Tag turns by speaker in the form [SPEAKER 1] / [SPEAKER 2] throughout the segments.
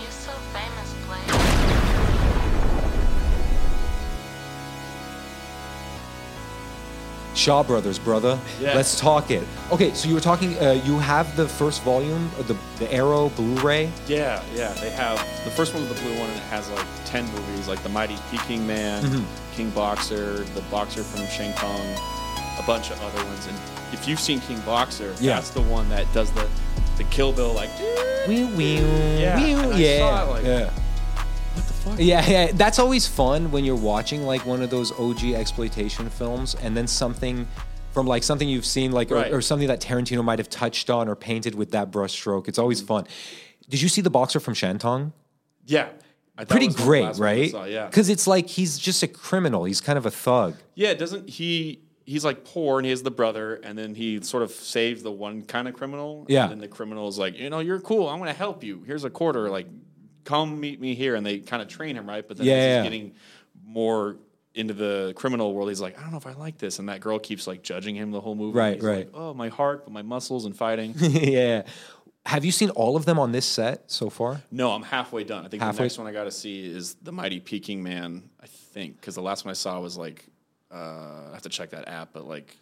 [SPEAKER 1] You're so famous, Blake.
[SPEAKER 2] Shaw Brothers, brother.
[SPEAKER 3] Yeah.
[SPEAKER 2] Let's talk it. Okay, so you were talking. Uh, you have the first volume, uh, the the Arrow Blu-ray.
[SPEAKER 3] Yeah, yeah. They have the first one's the blue one, and it has like ten movies, like The Mighty Peking Man,
[SPEAKER 2] Mm-hmm.
[SPEAKER 3] King Boxer, The Boxer from Shang Kong, a bunch of other ones. And if you've seen King Boxer,
[SPEAKER 2] Yeah.
[SPEAKER 3] that's the one that does the the Kill Bill like.
[SPEAKER 2] Wee wee
[SPEAKER 3] Yeah,
[SPEAKER 2] wee,
[SPEAKER 3] and I
[SPEAKER 2] yeah,
[SPEAKER 3] saw it, like-
[SPEAKER 2] yeah.
[SPEAKER 3] What the fuck?
[SPEAKER 2] Yeah, yeah, that's always fun when you're watching like one of those OG exploitation films, and then something from like something you've seen, like or-
[SPEAKER 3] Right.
[SPEAKER 2] or, something that Tarantino might have touched on or painted with that brushstroke. It's always fun. Did you see the boxer from Shantong?
[SPEAKER 3] Yeah. I- that
[SPEAKER 2] Pretty
[SPEAKER 3] was the
[SPEAKER 2] great,
[SPEAKER 3] last one I
[SPEAKER 2] right?
[SPEAKER 3] saw, yeah.
[SPEAKER 2] Because it's like he's just a criminal. He's kind of a thug.
[SPEAKER 3] Yeah, doesn't he? He's like poor, and he has the brother, and then he sort of saves the one kind of criminal.
[SPEAKER 2] Yeah.
[SPEAKER 3] and then the criminal is like, you know, you're cool. I'm going to help you. Here's a quarter. Like, come meet me here, and they kind of train him, right? But then as
[SPEAKER 2] Yeah,
[SPEAKER 3] he's
[SPEAKER 2] yeah.
[SPEAKER 3] getting more into the criminal world, he's like, I don't know if I like this, and that girl keeps like judging him the whole movie.
[SPEAKER 2] Right,
[SPEAKER 3] He's
[SPEAKER 2] right.
[SPEAKER 3] like, oh, my heart, but my muscles and fighting.
[SPEAKER 2] yeah. Have you seen all of them on this set so far?
[SPEAKER 3] no, I'm halfway done. I think the
[SPEAKER 2] Halfway?
[SPEAKER 3] next one I got to see is the Mighty Peking Man. I think because the last one I saw was like, uh, I have to check that app, but like.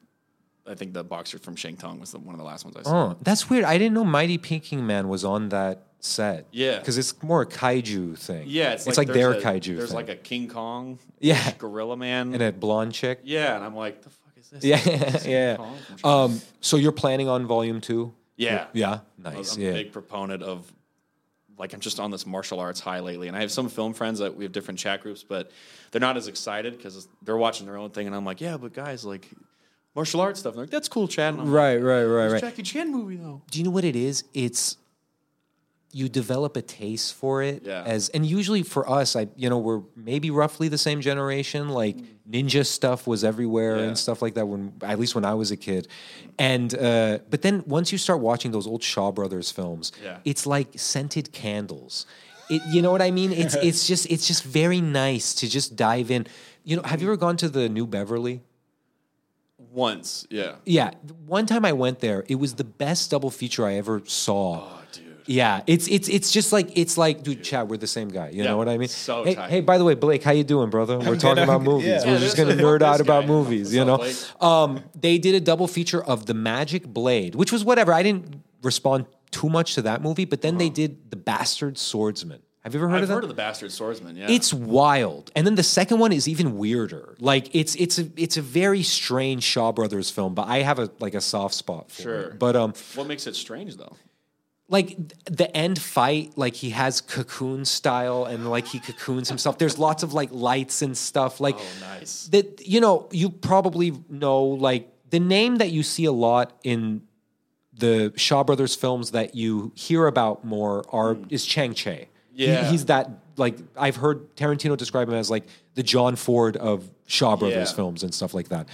[SPEAKER 3] I think the boxer from Shang Tong was the, one of the last ones I saw.
[SPEAKER 2] Oh, that's weird. I didn't know Mighty Peking Man was on that set.
[SPEAKER 3] Yeah.
[SPEAKER 2] because it's more a kaiju thing.
[SPEAKER 3] Yeah, it's,
[SPEAKER 2] like, their
[SPEAKER 3] there's a-
[SPEAKER 2] kaiju.
[SPEAKER 3] There's
[SPEAKER 2] thing.
[SPEAKER 3] like a King Kong,
[SPEAKER 2] Yeah.
[SPEAKER 3] Gorilla Man,
[SPEAKER 2] and a blonde chick.
[SPEAKER 3] yeah, and I'm like, the fuck is this?
[SPEAKER 2] Yeah, yeah.
[SPEAKER 3] Kong from China.
[SPEAKER 2] Um, so you're planning on volume two?
[SPEAKER 3] yeah,
[SPEAKER 2] Yeah,
[SPEAKER 3] I was-
[SPEAKER 2] nice.
[SPEAKER 3] I'm
[SPEAKER 2] yeah,
[SPEAKER 3] a big proponent of like I'm just on this martial arts high lately, and I have some film friends that we have different chat groups, but they're not as excited because they're watching their own thing, and I'm like, yeah, but guys, like martial arts stuff, and they're like that's cool, Chad. And I'm like,
[SPEAKER 2] right, right, right, right.
[SPEAKER 3] Jackie Chan movie though.
[SPEAKER 2] Do you know what it is? It's you develop a taste for it
[SPEAKER 3] Yeah.
[SPEAKER 2] as and usually for us i you know we're maybe roughly the same generation like ninja stuff was everywhere
[SPEAKER 3] Yeah.
[SPEAKER 2] and stuff like that when at least when i was a kid and uh but then once you start watching those old shaw brothers films
[SPEAKER 3] Yeah.
[SPEAKER 2] it's like scented candles it, you know what i mean it's it's just it's just very nice to just dive in you know have you ever gone to the new beverly
[SPEAKER 3] Once, yeah,
[SPEAKER 2] yeah, one time I went there, it was the best double feature I ever saw. Oh, dude. Yeah, it's it's it's just like it's like, dude, Chad, we're the same guy. You
[SPEAKER 3] Yeah,
[SPEAKER 2] know what I mean?
[SPEAKER 3] so
[SPEAKER 2] hey,
[SPEAKER 3] tight.
[SPEAKER 2] hey, by the way, Blake, how you doing, brother? We're talking about movies.
[SPEAKER 3] Yeah,
[SPEAKER 2] we're
[SPEAKER 3] this
[SPEAKER 2] just gonna
[SPEAKER 3] is-
[SPEAKER 2] nerd
[SPEAKER 3] this
[SPEAKER 2] out about
[SPEAKER 3] guy.
[SPEAKER 2] movies. You
[SPEAKER 3] What's up,
[SPEAKER 2] know, um, they did a double feature of the Magic Blade, which was whatever. I didn't respond too much to that movie, but then they did the Bastard Swordsman. Have you ever heard of
[SPEAKER 3] I've
[SPEAKER 2] that?
[SPEAKER 3] heard of the Bastard Swordsman. Yeah,
[SPEAKER 2] It's wild. And then the second one is even weirder. Like it's it's a it's a very strange Shaw Brothers film, but I have a like a soft spot for
[SPEAKER 3] Sure.
[SPEAKER 2] it. But um
[SPEAKER 3] what makes it strange though.
[SPEAKER 2] like th- the end fight, like he has cocoon style and like he cocoons himself. There's lots of like lights and stuff. Like
[SPEAKER 3] Oh, nice.
[SPEAKER 2] that you know, you probably know like the name that you see a lot in the Shaw Brothers films that you hear about more are is Chang Che.
[SPEAKER 3] Hmm. Yeah.
[SPEAKER 2] he's that like I've heard Tarantino describe him as like the John Ford of Shaw Brothers
[SPEAKER 3] Yeah.
[SPEAKER 2] films and stuff like that.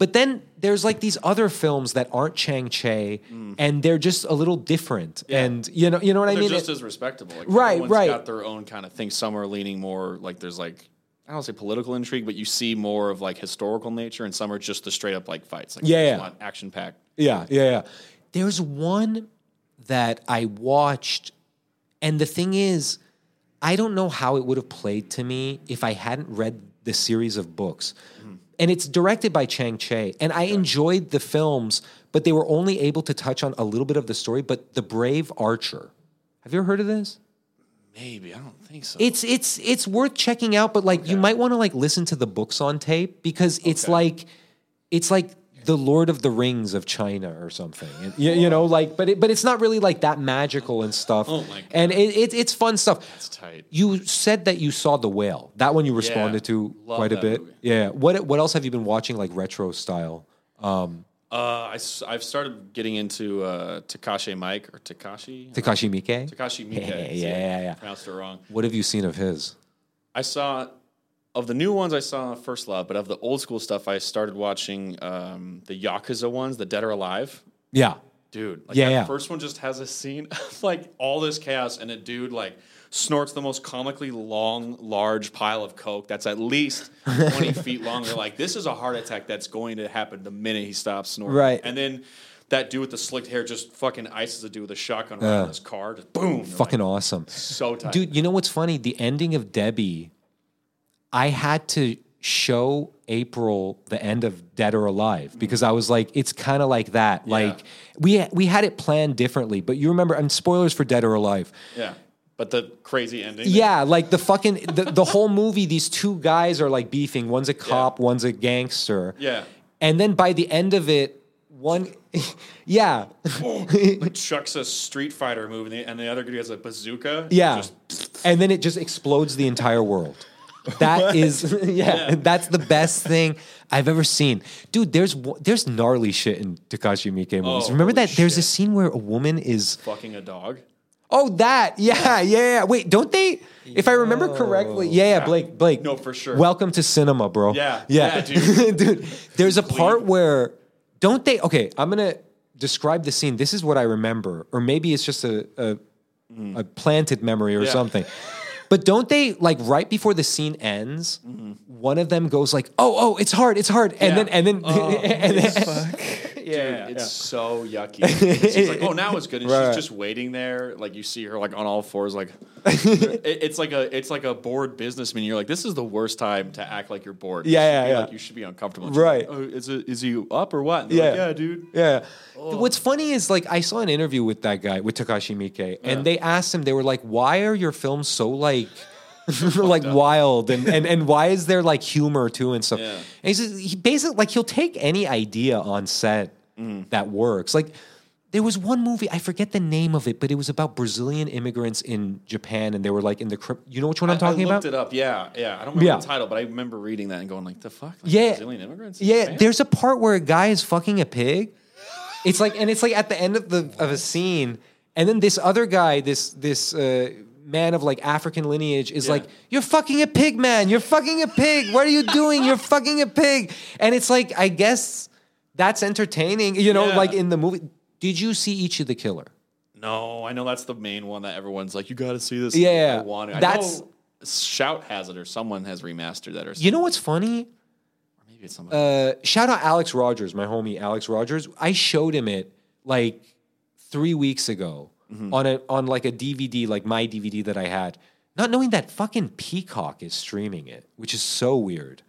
[SPEAKER 2] But then there's like these other films that aren't Chang Che and they're just a little different. And you know, you know what I
[SPEAKER 3] Mm. they're
[SPEAKER 2] mean?
[SPEAKER 3] just
[SPEAKER 2] It-
[SPEAKER 3] as respectable. Like,
[SPEAKER 2] Right,
[SPEAKER 3] everyone's
[SPEAKER 2] right.
[SPEAKER 3] Got their own kind of thing. Some are leaning more like there's like I don't say political intrigue, but you see more of like historical nature, and some are just the straight up like fights. Like
[SPEAKER 2] Yeah, yeah.
[SPEAKER 3] action packed.
[SPEAKER 2] Yeah, yeah, yeah. There's one that I watched, and the thing is, I don't know how it would have played to me if I hadn't read the series of books.
[SPEAKER 3] Mm.
[SPEAKER 2] And it's directed by Chang Che, and I enjoyed the films, but they were only able to touch on a little bit of the story. But The Brave Archer, have you ever heard of this?
[SPEAKER 3] Maybe I don't think so.
[SPEAKER 2] It's it's it's worth checking out, but like you might want to like listen to the books on tape because it's like it's like the Lord of the Rings of China or something. And, you, you know, like but it, but it's not really like that magical and stuff.
[SPEAKER 3] Oh my God.
[SPEAKER 2] And it, it it's fun stuff. That's
[SPEAKER 3] tight.
[SPEAKER 2] You said that you saw the whale. That one you responded to
[SPEAKER 3] love
[SPEAKER 2] quite a
[SPEAKER 3] that
[SPEAKER 2] bit.
[SPEAKER 3] movie. Oh
[SPEAKER 2] Yeah. What what else have you been watching like retro style?
[SPEAKER 3] Uh, I, have started getting into uh, Takashi Mike or Takashi
[SPEAKER 2] Takashi Miike.
[SPEAKER 3] Takashi Miike.
[SPEAKER 2] Yeah,
[SPEAKER 3] See,
[SPEAKER 2] yeah, yeah, yeah.
[SPEAKER 3] Pronounced it wrong.
[SPEAKER 2] What have you seen of his?
[SPEAKER 3] I saw of the new ones I saw First Love, but of the old school stuff, I started watching um, the Yakuza ones, the Dead or Alive.
[SPEAKER 2] Yeah.
[SPEAKER 3] dude. Like
[SPEAKER 2] Yeah,
[SPEAKER 3] that
[SPEAKER 2] yeah.
[SPEAKER 3] First one just has a scene of like all this chaos, and a dude like snorts the most comically long, large pile of coke that's at least twenty feet long. They're like, this is a heart attack that's going to happen the minute he stops snorting.
[SPEAKER 2] Right.
[SPEAKER 3] and then. That dude with the slicked hair just fucking ices a dude with a shotgun right in his car. Just boom. They're
[SPEAKER 2] Fucking
[SPEAKER 3] like,
[SPEAKER 2] awesome.
[SPEAKER 3] so tight.
[SPEAKER 2] Dude, you know what's funny? The ending of Debbie, I had to show April the end of Dead or Alive because I was like, it's kind of like that. Like we we had it planned differently, but you remember, and spoilers for Dead or Alive.
[SPEAKER 3] Yeah. But the crazy ending.
[SPEAKER 2] Yeah, like the fucking the, the whole movie, these two guys are like beefing. One's a cop, one's a gangster.
[SPEAKER 3] Yeah.
[SPEAKER 2] And then by the end of it, one yeah.
[SPEAKER 3] Chucks a Street Fighter move, and the, and the other dude has a bazooka.
[SPEAKER 2] Yeah.
[SPEAKER 3] Just
[SPEAKER 2] and then it just explodes the entire world. That is, yeah, that's the best thing I've ever seen, dude. There's wo- there's gnarly shit in Takashi Miike movies.
[SPEAKER 3] Oh,
[SPEAKER 2] Remember
[SPEAKER 3] holy
[SPEAKER 2] that? There's a
[SPEAKER 3] shit.
[SPEAKER 2] scene where a woman is,
[SPEAKER 3] fucking a dog.
[SPEAKER 2] oh, that, yeah, yeah. yeah. Wait, don't they? If I remember correctly, yeah, yeah, Blake, Blake,
[SPEAKER 3] No, for sure.
[SPEAKER 2] Welcome to cinema, bro.
[SPEAKER 3] Yeah,
[SPEAKER 2] yeah,
[SPEAKER 3] yeah, dude.
[SPEAKER 2] dude. There's a part where don't they? Okay, I'm gonna describe the scene. This is what I remember, or maybe it's just a a, a planted memory or
[SPEAKER 3] Mm. Yeah.
[SPEAKER 2] something. But don't they like right before the scene ends? One of them goes like, "Oh, oh, it's hard, it's hard," and
[SPEAKER 3] Mm-hmm. Yeah. Oh,
[SPEAKER 2] then and then and then
[SPEAKER 3] Yeah, it's so yucky. She's like, "Oh, now it's good," and
[SPEAKER 2] Right.
[SPEAKER 3] she's just waiting there. Like you see her like on all fours, like it, it's like a it's like a bored businessman. You're like, "This is the worst time to act like you're bored." You
[SPEAKER 2] Yeah,
[SPEAKER 3] should
[SPEAKER 2] yeah,
[SPEAKER 3] be,
[SPEAKER 2] yeah.
[SPEAKER 3] Like, you should be uncomfortable, And she's
[SPEAKER 2] Right.
[SPEAKER 3] like, oh, is it is he up or what? And they're like,
[SPEAKER 2] Yeah.
[SPEAKER 3] yeah, dude.
[SPEAKER 2] Yeah. What's funny is like I saw an interview with that guy with Takashi Miike, and they asked him, they were like, "Why are your films so like?" like wild and, and and why is there like humor too and stuff
[SPEAKER 3] Yeah.
[SPEAKER 2] and he says he basically like he'll take any idea on set
[SPEAKER 3] Mm.
[SPEAKER 2] that works like there was one movie i forget the name of it but it was about brazilian immigrants in japan and they were like in the cri- you know which one i'm
[SPEAKER 3] I
[SPEAKER 2] talking about
[SPEAKER 3] looked it up. Yeah, yeah. I don't remember
[SPEAKER 2] Yeah.
[SPEAKER 3] the title, but I remember reading that and going like, "The fuck, like,
[SPEAKER 2] Yeah.
[SPEAKER 3] Brazilian immigrants." in
[SPEAKER 2] Yeah,
[SPEAKER 3] Japan?
[SPEAKER 2] there's a part where a guy is fucking a pig. It's like, and it's like at the end of the of a scene, and then this other guy, this this uh, man of like African lineage, is like, "You're fucking a pig, man. You're fucking a pig. What are you doing? You're fucking a pig." And it's like, I guess that's entertaining, you know,
[SPEAKER 3] Yeah.
[SPEAKER 2] like in the movie. Did you see Ichi the Killer?
[SPEAKER 3] no. I know that's the main one that everyone's like, "You got to see this."
[SPEAKER 2] Yeah,
[SPEAKER 3] I want it.
[SPEAKER 2] that's-
[SPEAKER 3] I know Shout has it, or someone has remastered that, or something.
[SPEAKER 2] You know what's funny?
[SPEAKER 3] maybe it's somebody.
[SPEAKER 2] uh, shout out Alex Rogers, my homie Alex Rogers. I showed him it like three weeks ago
[SPEAKER 3] Mm-hmm.
[SPEAKER 2] on a on like a DVD, like my DVD that I had, not knowing that fucking Peacock is streaming it, which is so weird.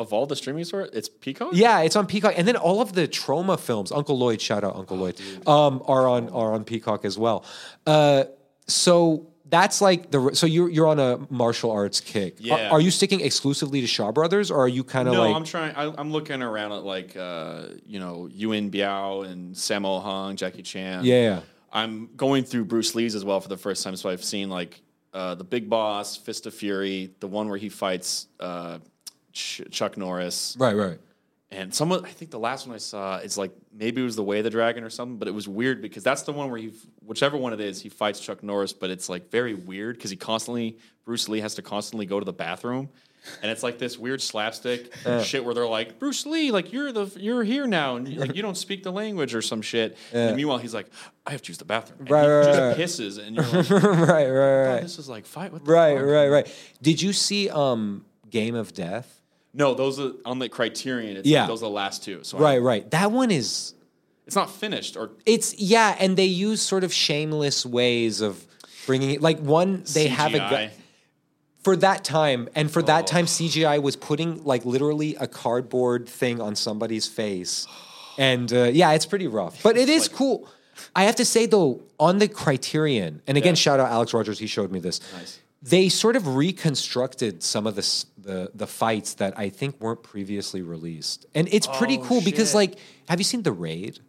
[SPEAKER 3] of all the streaming source, it's Peacock.
[SPEAKER 2] Yeah, it's on Peacock, and then all of the trauma films, Uncle Lloyd, shout out
[SPEAKER 3] Oh,
[SPEAKER 2] Uncle Lloyd, um, are on are on Peacock as well. Uh, so that's like the so you're you're on a martial arts kick. Are-
[SPEAKER 3] Yeah.
[SPEAKER 2] Are, you sticking exclusively to Shaw Brothers, or are you kind of
[SPEAKER 3] No,
[SPEAKER 2] like
[SPEAKER 3] I'm trying. I, I'm looking around at like uh, you know Yuen Biao and Sammo Hung, Jackie Chan.
[SPEAKER 2] yeah?
[SPEAKER 3] I'm going through Bruce Lee's as well for the first time, so I've seen like uh, the Big Boss, Fist of Fury, the one where he fights uh, Ch- Chuck Norris,
[SPEAKER 2] Right, right.
[SPEAKER 3] And someone, I think the last one I saw is like maybe it was the Way of the Dragon or something, but it was weird because that's the one where he, whichever one it is, he fights Chuck Norris, but it's like very weird because he constantly, Bruce Lee has to constantly go to the bathroom, and it's like this weird slapstick shit where they're like, Bruce Lee, like you're the you're here now, and like you don't speak the language or some shit. And meanwhile, he's like, I have to use the bathroom, and
[SPEAKER 2] Right,
[SPEAKER 3] he
[SPEAKER 2] right,
[SPEAKER 3] just
[SPEAKER 2] right.
[SPEAKER 3] pisses, and you're like,
[SPEAKER 2] right, right, right,
[SPEAKER 3] God,
[SPEAKER 2] right.
[SPEAKER 3] this is like fight. What the
[SPEAKER 2] Right,
[SPEAKER 3] fuck?
[SPEAKER 2] right, right. Did you see um, Game of Death?
[SPEAKER 3] No, those are on the Criterion. It's
[SPEAKER 2] Yeah.
[SPEAKER 3] like those are the last two. So I-
[SPEAKER 2] Right, right. That one is
[SPEAKER 3] it's not finished or
[SPEAKER 2] It's yeah, and they use sort of shameless ways of bringing it. Like one, they have a gu-
[SPEAKER 3] CGI.
[SPEAKER 2] for that time, and for
[SPEAKER 3] Oh.
[SPEAKER 2] that time, CGI was putting like literally a cardboard thing on somebody's face, and uh, yeah, it's pretty rough, but it is cool. I have to say though, on the Criterion, and again, shout out Alex Rogers, he showed me this. They sort of reconstructed some of the, s- the the fights that I think weren't previously released, and it's pretty
[SPEAKER 3] Oh,
[SPEAKER 2] cool because like, have you seen the raid?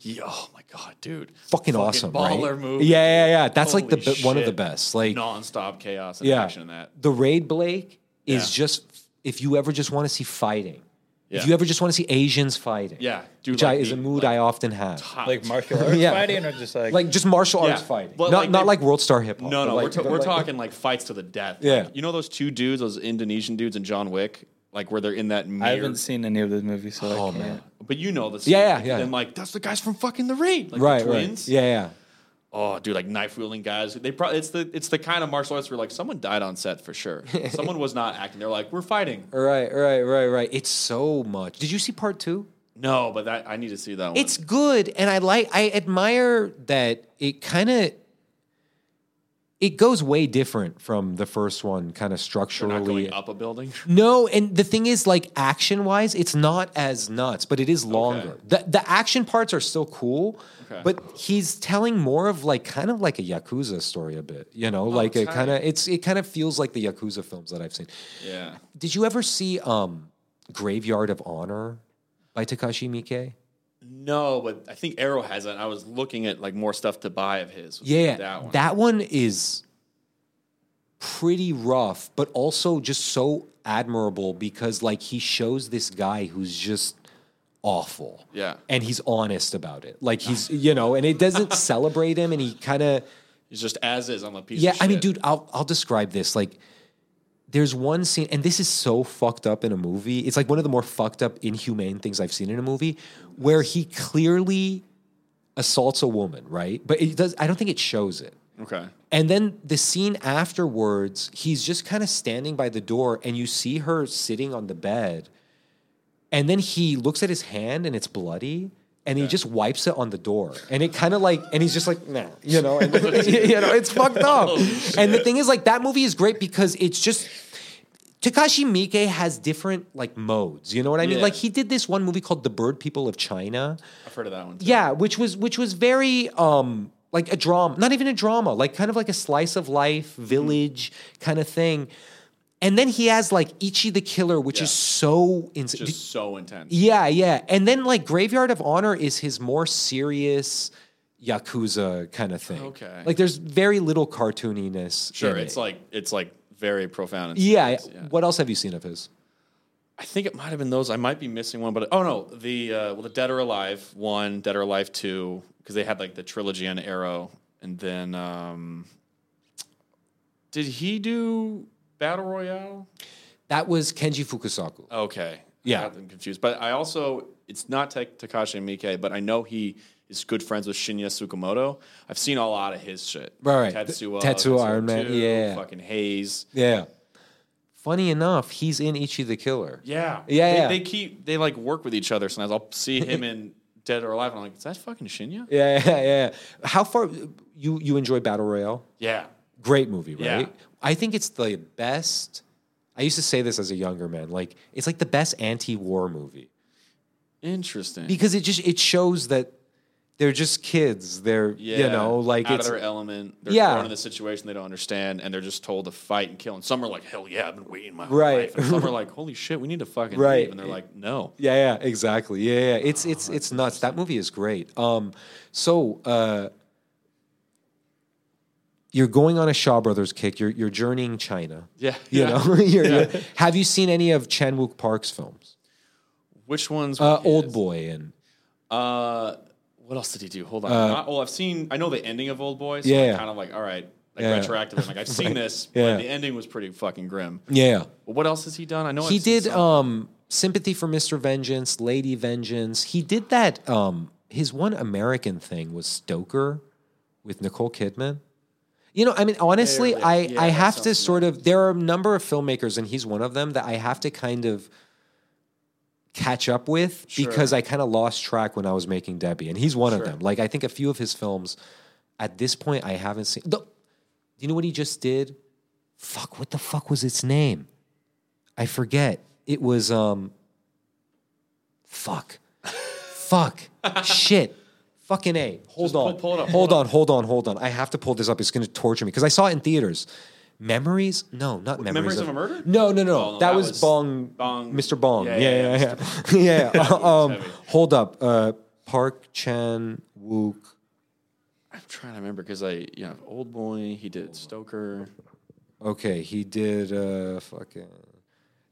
[SPEAKER 3] Yeah, oh my god, dude!
[SPEAKER 2] fucking, awesome,
[SPEAKER 3] baller
[SPEAKER 2] right?
[SPEAKER 3] movie.
[SPEAKER 2] Yeah, yeah, yeah. That's like the
[SPEAKER 3] Holy
[SPEAKER 2] be- one of the
[SPEAKER 3] shit.
[SPEAKER 2] best. Like,
[SPEAKER 3] nonstop chaos and
[SPEAKER 2] yeah,
[SPEAKER 3] action in that.
[SPEAKER 2] the raid Blake is
[SPEAKER 3] Yeah.
[SPEAKER 2] just if you ever just want to see fighting, if
[SPEAKER 3] Yeah.
[SPEAKER 2] you ever just want to see Asians fighting,
[SPEAKER 3] Yeah, dude,
[SPEAKER 2] which I,
[SPEAKER 3] like
[SPEAKER 2] is
[SPEAKER 3] the-
[SPEAKER 2] a mood
[SPEAKER 3] like-
[SPEAKER 2] I often have.
[SPEAKER 3] Hot.
[SPEAKER 4] Like martial arts
[SPEAKER 2] Yeah.
[SPEAKER 4] fighting or just like,
[SPEAKER 2] Like just martial arts
[SPEAKER 3] Yeah,
[SPEAKER 2] fighting,
[SPEAKER 3] but
[SPEAKER 2] not
[SPEAKER 3] like
[SPEAKER 2] not
[SPEAKER 3] they-
[SPEAKER 2] like world star hip hop.
[SPEAKER 3] no,
[SPEAKER 2] but
[SPEAKER 3] no,
[SPEAKER 2] like-
[SPEAKER 3] we're, ta-
[SPEAKER 2] but
[SPEAKER 3] we're
[SPEAKER 2] like-
[SPEAKER 3] talking like fights to the death. Like,
[SPEAKER 2] Yeah.
[SPEAKER 3] you know those two dudes, those Indonesian dudes in John Wick, like where they're in that. Mirror.
[SPEAKER 4] I haven't seen any of those movies, so I
[SPEAKER 2] Oh
[SPEAKER 4] can't.
[SPEAKER 2] man,
[SPEAKER 3] but you know the scene.
[SPEAKER 2] Yeah, yeah,
[SPEAKER 3] like,
[SPEAKER 2] yeah.
[SPEAKER 3] And like that's the guys from fucking the raid, like
[SPEAKER 2] right,
[SPEAKER 3] the twins.
[SPEAKER 2] right, yeah, yeah.
[SPEAKER 3] Oh, dude, like knife wielding guys. They probably it's the it's the kind of martial arts where like someone died on set for sure. someone was not acting. They're like we're fighting.
[SPEAKER 2] Right, right, right, right. It's so much. Did you see part two?
[SPEAKER 3] No, but that I need to see that one.
[SPEAKER 2] It's good, and I like. I admire that it kind of. It goes way different from the first one, kind of
[SPEAKER 3] They're not
[SPEAKER 2] structurally.
[SPEAKER 3] going up a building.
[SPEAKER 2] No, and the thing is, like action wise, it's not as nuts, but it is longer. The the action parts are still cool, but he's telling more of like kind of like a yakuza story a bit. You know, like a kind of it's it kind of feels like the yakuza films that I've seen.
[SPEAKER 3] Yeah.
[SPEAKER 2] Did you ever see um, Graveyard of Honor by Takashi Miike?
[SPEAKER 3] No, but I think Arrow has it. and I was looking at like more stuff to buy of his.
[SPEAKER 2] Yeah,
[SPEAKER 3] that one.
[SPEAKER 2] is pretty rough, but also just so admirable because like he shows this guy who's just awful.
[SPEAKER 3] Yeah.
[SPEAKER 2] And he's honest about it. Like he's you know, and it doesn't celebrate him and he kind of
[SPEAKER 3] it's just as is on the piece.
[SPEAKER 2] yeah,
[SPEAKER 3] of
[SPEAKER 2] I mean,
[SPEAKER 3] shit.
[SPEAKER 2] dude, I'll I'll describe this. Like, there's one scene, and this is so fucked up in a movie. It's like one of the more fucked up, inhumane things I've seen in a movie, where he clearly assaults a woman, right? But it does. I don't think it shows it.
[SPEAKER 3] Okay.
[SPEAKER 2] And then the scene afterwards, he's just kind of standing by the door, and you see her sitting on the bed. And then he looks at his hand, and it's bloody. And he just wipes it on the door, and it kind of like, and he's just like, nah, you know, and, you know, it's fucked up. and the thing is, like, that movie is great because it's just Takashi Miike has different like modes. You know what I mean?
[SPEAKER 3] Yeah.
[SPEAKER 2] Like, he did this one movie called The Bird People of China,
[SPEAKER 3] I've heard of that one. Too.
[SPEAKER 2] yeah, which was which was very um like a drama, not even a drama, like kind of like a slice of life
[SPEAKER 3] Mm-hmm.
[SPEAKER 2] village kind of thing. And then he has like Ichi the Killer, which is so insane.
[SPEAKER 3] Just so intense.
[SPEAKER 2] Yeah, yeah. And then like Graveyard of Honor is his more serious yakuza kind of thing.
[SPEAKER 3] Okay.
[SPEAKER 2] Like there's very little cartooniness.
[SPEAKER 3] Sure.
[SPEAKER 2] in
[SPEAKER 3] It's
[SPEAKER 2] it.
[SPEAKER 3] like it's like very profound. and
[SPEAKER 2] yeah,
[SPEAKER 3] serious,
[SPEAKER 2] What else have you seen of his?
[SPEAKER 3] I think it might have been those. I might be missing one, but oh no, the uh, well, the Dead or Alive one, Dead or Alive two, because they had like the trilogy on Arrow, and then um, did he do Battle Royale?
[SPEAKER 2] That was Kenji Fukusaku.
[SPEAKER 3] Okay.
[SPEAKER 2] Yeah.
[SPEAKER 3] I am confused. But I also, it's not Ta- Takashi Miike, but I know he is good friends with Shinya Tsukamoto. I've seen a lot of his shit.
[SPEAKER 2] Right, right.
[SPEAKER 3] Tetsuo.
[SPEAKER 2] Tetsuo, Iron Man,
[SPEAKER 3] 2,
[SPEAKER 2] yeah.
[SPEAKER 3] Fucking Hayes.
[SPEAKER 2] Yeah. Funny enough, he's in Ichi the Killer.
[SPEAKER 3] Yeah.
[SPEAKER 2] Yeah,
[SPEAKER 3] They,
[SPEAKER 2] yeah.
[SPEAKER 3] they keep, they like work with each other sometimes. I'll see him in Dead or Alive and I'm like, is that fucking Shinya? Yeah.
[SPEAKER 2] Yeah, yeah, yeah. How far you you enjoy Battle Royale?
[SPEAKER 3] Yeah.
[SPEAKER 2] Great movie,
[SPEAKER 3] Yeah.
[SPEAKER 2] right? I think it's the best. I used to say this as a younger man, like it's like the best anti-war movie
[SPEAKER 3] Interesting.
[SPEAKER 2] because it just it shows that they're just kids. They're you know like
[SPEAKER 3] out
[SPEAKER 2] it's
[SPEAKER 3] of their element. They're
[SPEAKER 2] Yeah.
[SPEAKER 3] thrown in a situation they don't understand, and they're just told to fight and kill. And some are like, "Hell yeah, I've been waiting my whole
[SPEAKER 2] Right.
[SPEAKER 3] life." And some are like, "Holy shit, we need to fucking
[SPEAKER 2] Right.
[SPEAKER 3] leave." And they're like, "No."
[SPEAKER 2] yeah, yeah, exactly. Yeah, yeah. It's it's
[SPEAKER 3] Oh,
[SPEAKER 2] it's nuts. That movie is great. Um, so uh, you're going on a Shaw Brothers kick. You're you're journeying China.
[SPEAKER 3] Yeah.
[SPEAKER 2] You
[SPEAKER 3] Yeah.
[SPEAKER 2] know, you're, you're- have you seen any of Chan Wook Park's films?
[SPEAKER 3] Which ones? were
[SPEAKER 2] Uh,
[SPEAKER 3] his?
[SPEAKER 2] Old Boy and
[SPEAKER 3] Uh, what else did he do? Hold on. Not- well, I've seen. I know the ending of Old Boy. So
[SPEAKER 2] Uh, Yeah,
[SPEAKER 3] I'm
[SPEAKER 2] yeah.
[SPEAKER 3] kind of like, all right, like
[SPEAKER 2] Yeah, yeah.
[SPEAKER 3] retroactive. I'm like, I've seen this.
[SPEAKER 2] Yeah.
[SPEAKER 3] But the ending was pretty fucking grim.
[SPEAKER 2] yeah.
[SPEAKER 3] But what else has he done? I know
[SPEAKER 2] he
[SPEAKER 3] I've seen
[SPEAKER 2] did
[SPEAKER 3] some-
[SPEAKER 2] um, sympathy for Mr. Vengeance, Lady Vengeance. He did that. Um, his one American thing was Stoker with Nicole Kidman. You know, I mean, honestly,
[SPEAKER 3] yeah,
[SPEAKER 2] I
[SPEAKER 3] yeah,
[SPEAKER 2] I
[SPEAKER 3] that
[SPEAKER 2] have to
[SPEAKER 3] sounds
[SPEAKER 2] sort of. There are a number of filmmakers, and he's one of them that I have to kind of catch up with because I kind of lost track when I was making Debbie, and he's one of them. Like I think a few of his films at this point I haven't seen. The, you know what he just did? Fuck! What the fuck was its name? I forget. It was um fuck. fuck. Shit. Fucking A. Hold
[SPEAKER 3] pull-
[SPEAKER 2] on.
[SPEAKER 3] pull it up,
[SPEAKER 2] Hold
[SPEAKER 3] hold
[SPEAKER 2] on, hold on, hold on. I have to pull this up. It's gonna torture me. Because I saw it in theaters. Memories? No, not memories.
[SPEAKER 3] Memories of a Murder?
[SPEAKER 2] No, no, no.
[SPEAKER 3] Oh, no,
[SPEAKER 2] that,
[SPEAKER 3] that
[SPEAKER 2] was,
[SPEAKER 3] was
[SPEAKER 2] Bong,
[SPEAKER 3] Bong-
[SPEAKER 2] Mr. Bong. Yeah,
[SPEAKER 3] Yeah,
[SPEAKER 2] yeah,
[SPEAKER 3] yeah,
[SPEAKER 2] yeah. Yeah. um, hold up. Uh, Park Chan Wook.
[SPEAKER 3] I'm trying to remember because I, you know, Old Boy. He did Stoker.
[SPEAKER 2] Okay, he did uh fucking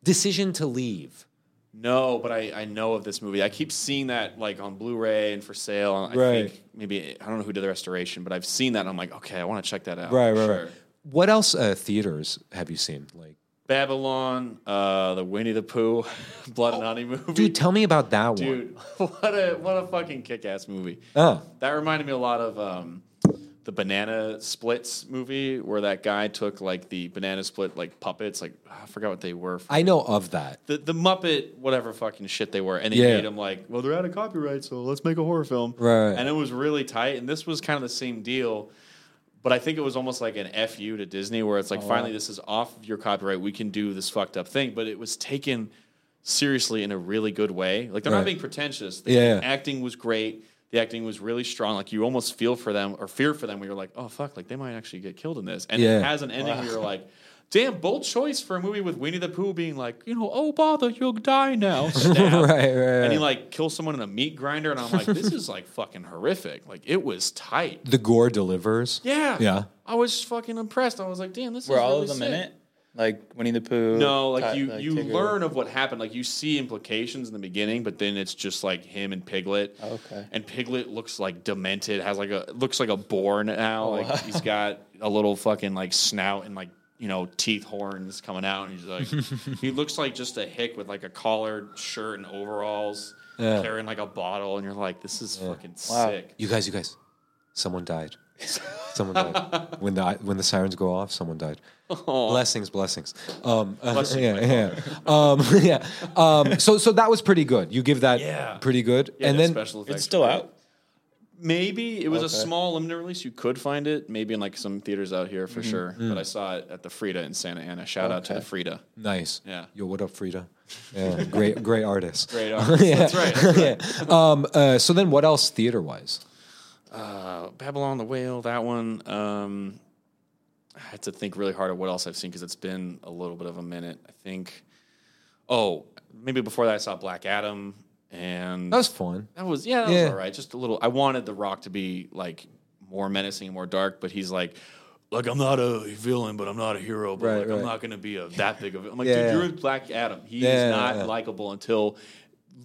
[SPEAKER 2] Decision to Leave.
[SPEAKER 3] No, but I, I know of this movie. I keep seeing that like on Blu-ray and for sale. and I
[SPEAKER 2] Right.
[SPEAKER 3] think maybe I don't know who did the restoration, but I've seen that and I'm like, okay, I want to check that out.
[SPEAKER 2] Right,
[SPEAKER 3] for
[SPEAKER 2] right,
[SPEAKER 3] sure.
[SPEAKER 2] right. What else uh, theaters have you seen? Like
[SPEAKER 3] Babylon, uh, the Winnie the Pooh, Blood and Honey movie.
[SPEAKER 2] Dude, tell me about that one.
[SPEAKER 3] Dude, what a what a fucking kick ass movie.
[SPEAKER 2] Oh.
[SPEAKER 3] That reminded me a lot of um, the Banana Splits movie, where that guy took like the banana split like puppets, like I forgot what they were.
[SPEAKER 2] I know of that.
[SPEAKER 3] the, the Muppet, whatever fucking shit they were, and they
[SPEAKER 2] Yeah.
[SPEAKER 3] made them like, well, they're out of copyright, so let's make a horror film.
[SPEAKER 2] Right.
[SPEAKER 3] And it was really tight, and this was kind of the same deal, but I think it was almost like an FU to Disney, where it's
[SPEAKER 2] Oh,
[SPEAKER 3] like, finally, this is off of your copyright. We can do this fucked up thing, but it was taken seriously in a really good way. Like they're
[SPEAKER 2] Right.
[SPEAKER 3] not being pretentious. The
[SPEAKER 2] Yeah.
[SPEAKER 3] Acting was great. The acting was really strong. Like you almost feel for them or fear for them. Where you're like, oh fuck, like they might actually get killed in this. And
[SPEAKER 2] Yeah.
[SPEAKER 3] it has an ending where you're like, damn, bold choice for a movie with Winnie the Pooh being like, you know, oh bother, you'll die now. Stab.
[SPEAKER 2] Right, right,
[SPEAKER 3] And he
[SPEAKER 2] right.
[SPEAKER 3] like kills someone in a meat grinder, and I'm like, this is like fucking horrific. Like it was tight.
[SPEAKER 2] The Gore Delivers.
[SPEAKER 3] Yeah.
[SPEAKER 2] Yeah.
[SPEAKER 3] I was fucking impressed. I was like, damn, this
[SPEAKER 4] Were
[SPEAKER 3] is
[SPEAKER 4] all
[SPEAKER 3] really
[SPEAKER 4] of them
[SPEAKER 3] sick.
[SPEAKER 4] in it? Like Winnie the Pooh?
[SPEAKER 3] No, like
[SPEAKER 4] Ti-
[SPEAKER 3] you you
[SPEAKER 4] Tigger?
[SPEAKER 3] learn of what happened. Like you see implications in the beginning, but then it's just like him and Piglet.
[SPEAKER 4] Okay.
[SPEAKER 3] And Piglet looks like demented, has like a looks like a boar now. like he's got a little fucking like snout and like you know teeth horns coming out, and he's like he looks like just a hick with like a collared shirt and overalls, carrying like a bottle, and you're like, this is fucking sick.
[SPEAKER 2] You guys, you guys. Someone died. Someone died. when the when the sirens go off, someone died. Blessings, blessings. Um, uh, yeah, yeah. Um, yeah. Um, so so that was pretty good. You give that
[SPEAKER 3] Yeah.
[SPEAKER 2] pretty good.
[SPEAKER 3] Yeah,
[SPEAKER 2] and
[SPEAKER 3] the
[SPEAKER 2] then
[SPEAKER 3] special effects
[SPEAKER 4] It's still
[SPEAKER 3] were great.
[SPEAKER 4] out.
[SPEAKER 3] Maybe it was a small limited release. You could find it maybe in like some theaters out here for sure. But I saw it at the Frida in Santa Ana. Shout out to the Frida.
[SPEAKER 2] nice.
[SPEAKER 3] Yeah.
[SPEAKER 2] Yo, what up, Frida? Yeah, great great artist.
[SPEAKER 3] Great artist. That's right. That's right.
[SPEAKER 2] Um, uh, so then what else theater wise?
[SPEAKER 3] Uh, Babylon the Whale, that one. Um, I had to think really hard of what else I've seen because it's been a little bit of a minute. I think. Oh, maybe before that I saw Black Adam and
[SPEAKER 2] That was fun.
[SPEAKER 3] That was yeah, that
[SPEAKER 2] Yeah.
[SPEAKER 3] was all right. Just a little. I wanted the Rock to be like more menacing, and more dark, but he's like, like I'm not a villain, but I'm not a hero. But
[SPEAKER 2] Right,
[SPEAKER 3] like,
[SPEAKER 2] right.
[SPEAKER 3] I'm not going to be a that big of. I'm like,
[SPEAKER 2] Yeah.
[SPEAKER 3] dude, you're Black Adam. He
[SPEAKER 2] Yeah,
[SPEAKER 3] is not
[SPEAKER 2] yeah.
[SPEAKER 3] likable until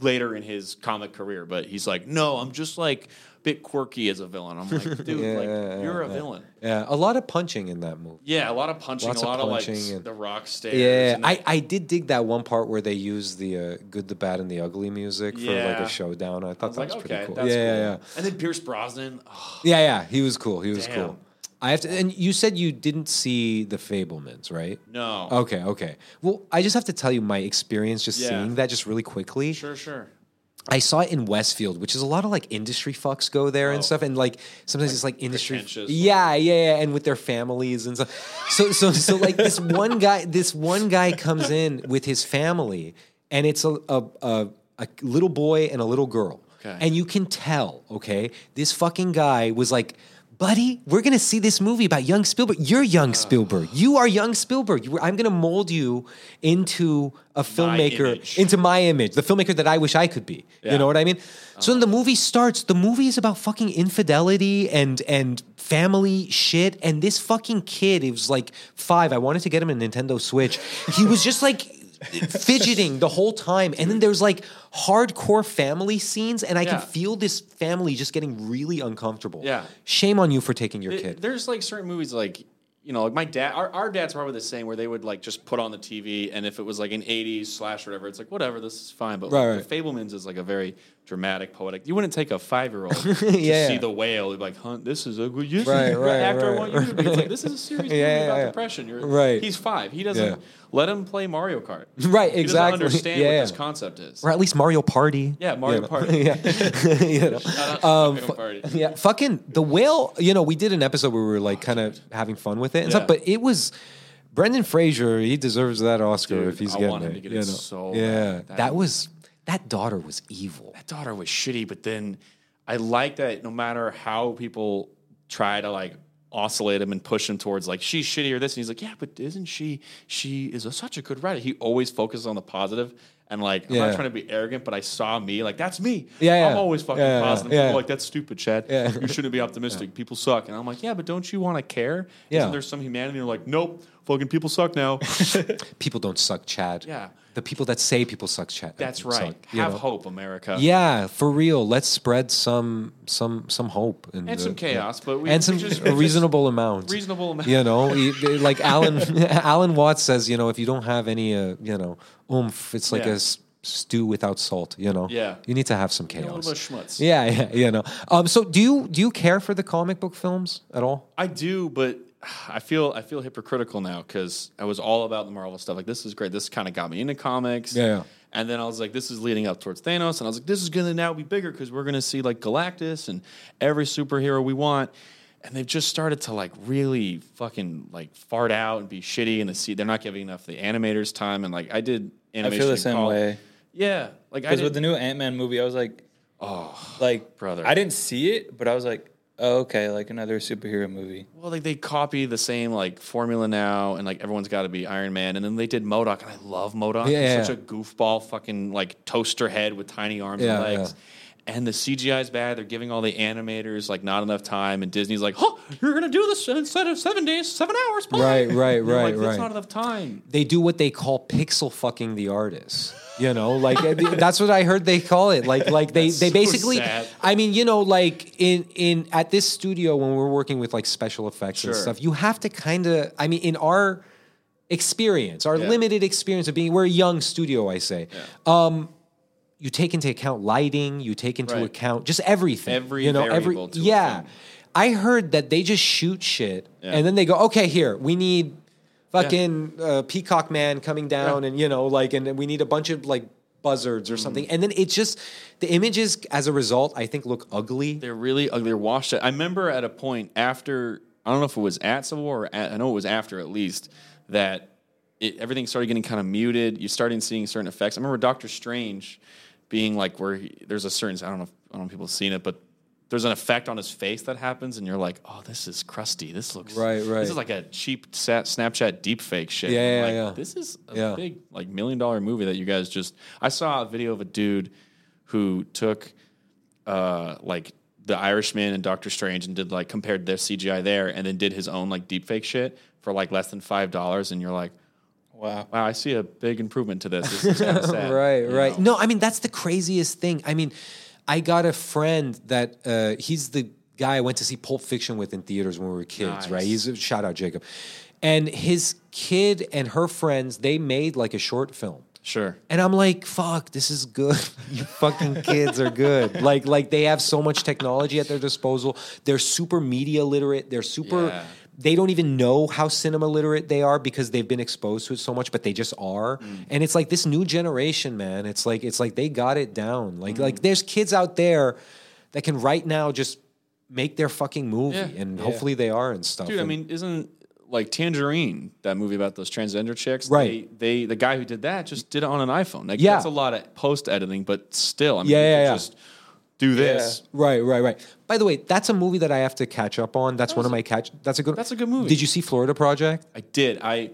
[SPEAKER 3] later in his comic career. But he's like, no, I'm just like a bit quirky as a villain. I'm like, dude,
[SPEAKER 2] Yeah,
[SPEAKER 3] like
[SPEAKER 2] yeah,
[SPEAKER 3] you're a
[SPEAKER 2] yeah.
[SPEAKER 3] villain.
[SPEAKER 2] Yeah, a lot of punching in that movie.
[SPEAKER 3] Yeah, a lot of punching,
[SPEAKER 2] Lots
[SPEAKER 3] a
[SPEAKER 2] of
[SPEAKER 3] lot of, like
[SPEAKER 2] punching and-
[SPEAKER 3] the Rock stairs.
[SPEAKER 2] Yeah,
[SPEAKER 3] and
[SPEAKER 2] I, I did dig that one part where they used the uh, good, the bad, and the ugly music for like
[SPEAKER 3] Yeah.
[SPEAKER 2] a showdown. I thought
[SPEAKER 3] was
[SPEAKER 2] that
[SPEAKER 3] like,
[SPEAKER 2] was pretty
[SPEAKER 3] okay,
[SPEAKER 2] cool.
[SPEAKER 3] that's
[SPEAKER 2] yeah,
[SPEAKER 3] cool.
[SPEAKER 2] yeah, yeah,
[SPEAKER 3] And then Pierce Brosnan. Oh,
[SPEAKER 2] yeah, yeah. He was cool. He was
[SPEAKER 3] Damn.
[SPEAKER 2] cool. I have to, and you said you didn't see the Fablemans, right?
[SPEAKER 3] no.
[SPEAKER 2] Okay, okay. Well, I just have to tell you my experience just
[SPEAKER 3] Yeah.
[SPEAKER 2] seeing that just really quickly.
[SPEAKER 3] Sure, sure.
[SPEAKER 2] I saw it in Westfield, which is a lot of like industry fucks go there and
[SPEAKER 3] Oh.
[SPEAKER 2] stuff, and like sometimes it's like industry,
[SPEAKER 3] pretentious.
[SPEAKER 2] yeah, yeah, yeah, and with their families and stuff. So, so, so like this one guy, this one guy comes in with his family, and it's a a, a, a little boy and a little girl,
[SPEAKER 3] Okay.
[SPEAKER 2] and you can tell, okay, this fucking guy was like. Buddy, we're gonna see this movie about young Spielberg. You're young Spielberg. You are young Spielberg. You- I'm gonna mold you into a filmmaker,
[SPEAKER 3] image.
[SPEAKER 2] into my image, the filmmaker that I wish I could be. You
[SPEAKER 3] Yeah. Uh-huh.
[SPEAKER 2] know what I mean? So then the movie starts. The movie is about fucking infidelity and and family shit. And this fucking kid, it was like five. I wanted to get him a Nintendo Switch. He was just like fidgeting the whole time. And then there's like hardcore family scenes, and I
[SPEAKER 3] Yeah.
[SPEAKER 2] can feel this family just getting really uncomfortable.
[SPEAKER 3] Yeah.
[SPEAKER 2] Shame on you for taking your
[SPEAKER 3] Th-
[SPEAKER 2] kid.
[SPEAKER 3] There's like certain movies like you know like my dad our, our dad's probably the same where they would like just put on the TV and if it was like an 80s slash or whatever it's like whatever this is fine but
[SPEAKER 2] Right,
[SPEAKER 3] like, The Fablemans is like a very dramatic poetic you wouldn't take a five year old to
[SPEAKER 2] Yeah.
[SPEAKER 3] see the whale you'd be like huh this is a good this is
[SPEAKER 2] Right,
[SPEAKER 3] the
[SPEAKER 2] right,
[SPEAKER 3] actor I
[SPEAKER 2] right.
[SPEAKER 3] want you to be it's like this is a serious movie
[SPEAKER 2] yeah,
[SPEAKER 3] about
[SPEAKER 2] yeah.
[SPEAKER 3] depression You're,
[SPEAKER 2] Right.
[SPEAKER 3] he's five he doesn't
[SPEAKER 2] Yeah.
[SPEAKER 3] let him play Mario Kart
[SPEAKER 2] Right,
[SPEAKER 3] he doesn't
[SPEAKER 2] exactly.
[SPEAKER 3] understand what
[SPEAKER 2] Yeah.
[SPEAKER 3] this concept is
[SPEAKER 2] Or at least Mario Party.
[SPEAKER 3] yeah Mario
[SPEAKER 2] know.
[SPEAKER 3] Party
[SPEAKER 2] yeah. You know.
[SPEAKER 3] Shout out to Mario Party.
[SPEAKER 2] Yeah, fucking the whale. You know, we did an episode where we were like kind of having fun with it and
[SPEAKER 3] Yeah.
[SPEAKER 2] stuff, but it was Brendan Fraser. He deserves that Oscar
[SPEAKER 3] Dude,
[SPEAKER 2] if he's
[SPEAKER 3] I
[SPEAKER 2] getting
[SPEAKER 3] want him
[SPEAKER 2] it.
[SPEAKER 3] to get
[SPEAKER 2] you
[SPEAKER 3] it
[SPEAKER 2] know.
[SPEAKER 3] so
[SPEAKER 2] yeah,
[SPEAKER 3] bad.
[SPEAKER 2] that,
[SPEAKER 3] That-
[SPEAKER 2] was that daughter was evil.
[SPEAKER 3] daughter was shitty, but then I like that no matter how people try to like oscillate him and push him towards like she's shitty or this, and he's like, yeah, but isn't she? She is a, such a good writer. He always focuses on the positive and like I'm
[SPEAKER 2] Yeah.
[SPEAKER 3] not trying to be arrogant, but I saw me like that's me.
[SPEAKER 2] Yeah,
[SPEAKER 3] I'm
[SPEAKER 2] yeah.
[SPEAKER 3] always fucking
[SPEAKER 2] Yeah, yeah,
[SPEAKER 3] positive.
[SPEAKER 2] yeah.
[SPEAKER 3] People are like that's stupid, Chad. You shouldn't be optimistic. People suck, and I'm like, yeah, but don't you want to care?
[SPEAKER 2] Yeah.
[SPEAKER 3] Isn't there some humanity? And they're like, nope, fucking people suck now.
[SPEAKER 2] People don't suck, Chad.
[SPEAKER 3] Yeah.
[SPEAKER 2] the people that say people suck, Chad. uh,
[SPEAKER 3] that's
[SPEAKER 2] suck,
[SPEAKER 3] right.
[SPEAKER 2] you
[SPEAKER 3] Have
[SPEAKER 2] know.
[SPEAKER 3] hope, America.
[SPEAKER 2] Yeah, for real. Let's spread some some some hope in
[SPEAKER 3] And
[SPEAKER 2] the-
[SPEAKER 3] some chaos, but we
[SPEAKER 2] and some
[SPEAKER 3] we just,
[SPEAKER 2] a
[SPEAKER 3] we just-
[SPEAKER 2] reasonable amount.
[SPEAKER 3] reasonable amount.
[SPEAKER 2] You know, e- e- like Alan Alan Watts says, you know, if you don't have any, uh, you know, oomph, it's like
[SPEAKER 3] Yeah.
[SPEAKER 2] a s- stew without salt. You know,
[SPEAKER 3] Yeah.
[SPEAKER 2] you need to have some chaos.
[SPEAKER 3] a little bit of schmutz.
[SPEAKER 2] Yeah, yeah, you know. Um, so do you do you care for the comic book films at all?
[SPEAKER 3] I do, but I feel I feel hypocritical now because I was all about the Marvel stuff. Like this is great. This kind of got me into comics.
[SPEAKER 2] Yeah, yeah.
[SPEAKER 3] And then I was like, this is leading up towards Thanos, and I was like, this is gonna now be bigger because we're gonna see like Galactus and every superhero we want. And they've just started to like really fucking like fart out and be shitty, and the see they're not giving enough the animators time. And like I did animation.
[SPEAKER 4] the
[SPEAKER 3] in
[SPEAKER 4] same
[SPEAKER 3] college.
[SPEAKER 4] way.
[SPEAKER 3] Yeah, like I
[SPEAKER 4] Because
[SPEAKER 3] did,
[SPEAKER 4] with the new Ant Man movie, I was like, oh, like
[SPEAKER 3] brother.
[SPEAKER 4] I didn't see it, but I was like, oh, okay, like another superhero movie.
[SPEAKER 3] Well, like they copy the same like formula now, and like everyone's got to be Iron Man, and then they did Modoc, and I love Modoc.
[SPEAKER 2] Yeah,
[SPEAKER 3] He's
[SPEAKER 2] yeah,
[SPEAKER 3] such a goofball, fucking like toaster head with tiny arms
[SPEAKER 2] Yeah,
[SPEAKER 3] and legs. And the CGI is bad. They're giving all the animators like not enough time, and Disney's like, "Oh, you're gonna do this instead of seven days, seven hours." bye."
[SPEAKER 2] Right, right,
[SPEAKER 3] And they're
[SPEAKER 2] right,
[SPEAKER 3] like, That's
[SPEAKER 2] right.
[SPEAKER 3] not enough time.
[SPEAKER 2] They do what they call pixel fucking the artist. You know, like I mean, that's what I heard they call it. Like, like they they
[SPEAKER 3] so
[SPEAKER 2] basically.
[SPEAKER 3] sad.
[SPEAKER 2] I mean, you know, like in in at this studio when we're working with like special effects and
[SPEAKER 3] Sure.
[SPEAKER 2] stuff, you have to kind of. I mean, in our experience, our
[SPEAKER 3] Yeah.
[SPEAKER 2] limited experience of being, we're a young studio, I say. Um, you take into account lighting, you take into
[SPEAKER 3] Right.
[SPEAKER 2] account just everything.
[SPEAKER 3] Every
[SPEAKER 2] you know,
[SPEAKER 3] variable to a
[SPEAKER 2] yeah.
[SPEAKER 3] film.
[SPEAKER 2] I heard that they just shoot shit
[SPEAKER 3] Yeah.
[SPEAKER 2] and then they go, okay, here we need fucking uh, Peacock Man coming down, and you know, like, and we need a bunch of like buzzards or something, and then it just the images as a result, I think, look ugly.
[SPEAKER 3] They're really ugly. They're washed out. I remember at a point after I don't know if it was at Civil War or at, I know it was after at least that it, everything started getting kind of muted. You're starting seeing certain effects. I remember Doctor Strange being like where he, there's a certain I don't know if, I don't know if people have seen it, but there's an effect on his face that happens, and you're like, oh, this is crusty. This looks
[SPEAKER 2] Right, right.
[SPEAKER 3] This is like a cheap sa- Snapchat deep fake shit.
[SPEAKER 2] Yeah,
[SPEAKER 3] And I'm
[SPEAKER 2] yeah,
[SPEAKER 3] like,
[SPEAKER 2] yeah.
[SPEAKER 3] This is a
[SPEAKER 2] Yeah.
[SPEAKER 3] big like million dollar movie that you guys just. I saw a video of a dude who took uh, like the Irishman and Doctor Strange and did like compared their CGI there and then did his own like deepfake shit for like less than five dollars and you're like,
[SPEAKER 4] Wow.
[SPEAKER 3] wow, I see a big improvement to this. This is kind of sad.
[SPEAKER 2] right,
[SPEAKER 3] you
[SPEAKER 2] right.
[SPEAKER 3] know?
[SPEAKER 2] No, I mean that's the craziest thing. I mean, I got a friend that uh, he's the guy I went to see Pulp Fiction with in theaters when we were kids, right? He's a shout out Jacob, and his kid and her friends they made like a short film.
[SPEAKER 3] Sure.
[SPEAKER 2] And I'm like, fuck, this is good. you fucking kids are good. Like, like they have so much technology at their disposal. They're super media literate. They're super.
[SPEAKER 3] Yeah.
[SPEAKER 2] They don't even know how cinema literate they are because they've been exposed to it so much, but they just are.
[SPEAKER 3] Mm.
[SPEAKER 2] And it's like this new generation, man. It's like it's like they got it down. Like
[SPEAKER 3] Mm.
[SPEAKER 2] like there's kids out there that can right now just make their fucking movie,
[SPEAKER 3] Yeah.
[SPEAKER 2] and hopefully they are and stuff.
[SPEAKER 3] Dude, I
[SPEAKER 2] And-
[SPEAKER 3] mean, isn't like Tangerine, that movie about those transgender chicks?
[SPEAKER 2] Right.
[SPEAKER 3] They, they the guy who did that just did it on an iPhone. Like
[SPEAKER 2] Yeah.
[SPEAKER 3] that's a lot of post editing, but still, I mean
[SPEAKER 2] Yeah,
[SPEAKER 3] you
[SPEAKER 2] yeah,
[SPEAKER 3] could
[SPEAKER 2] yeah.
[SPEAKER 3] just do this.
[SPEAKER 2] Right, right, right. By the way, that's a movie that I have to catch up on. That's one of my catch. That's a good.
[SPEAKER 3] that's a good movie.
[SPEAKER 2] Did you see Florida Project?
[SPEAKER 3] I did. I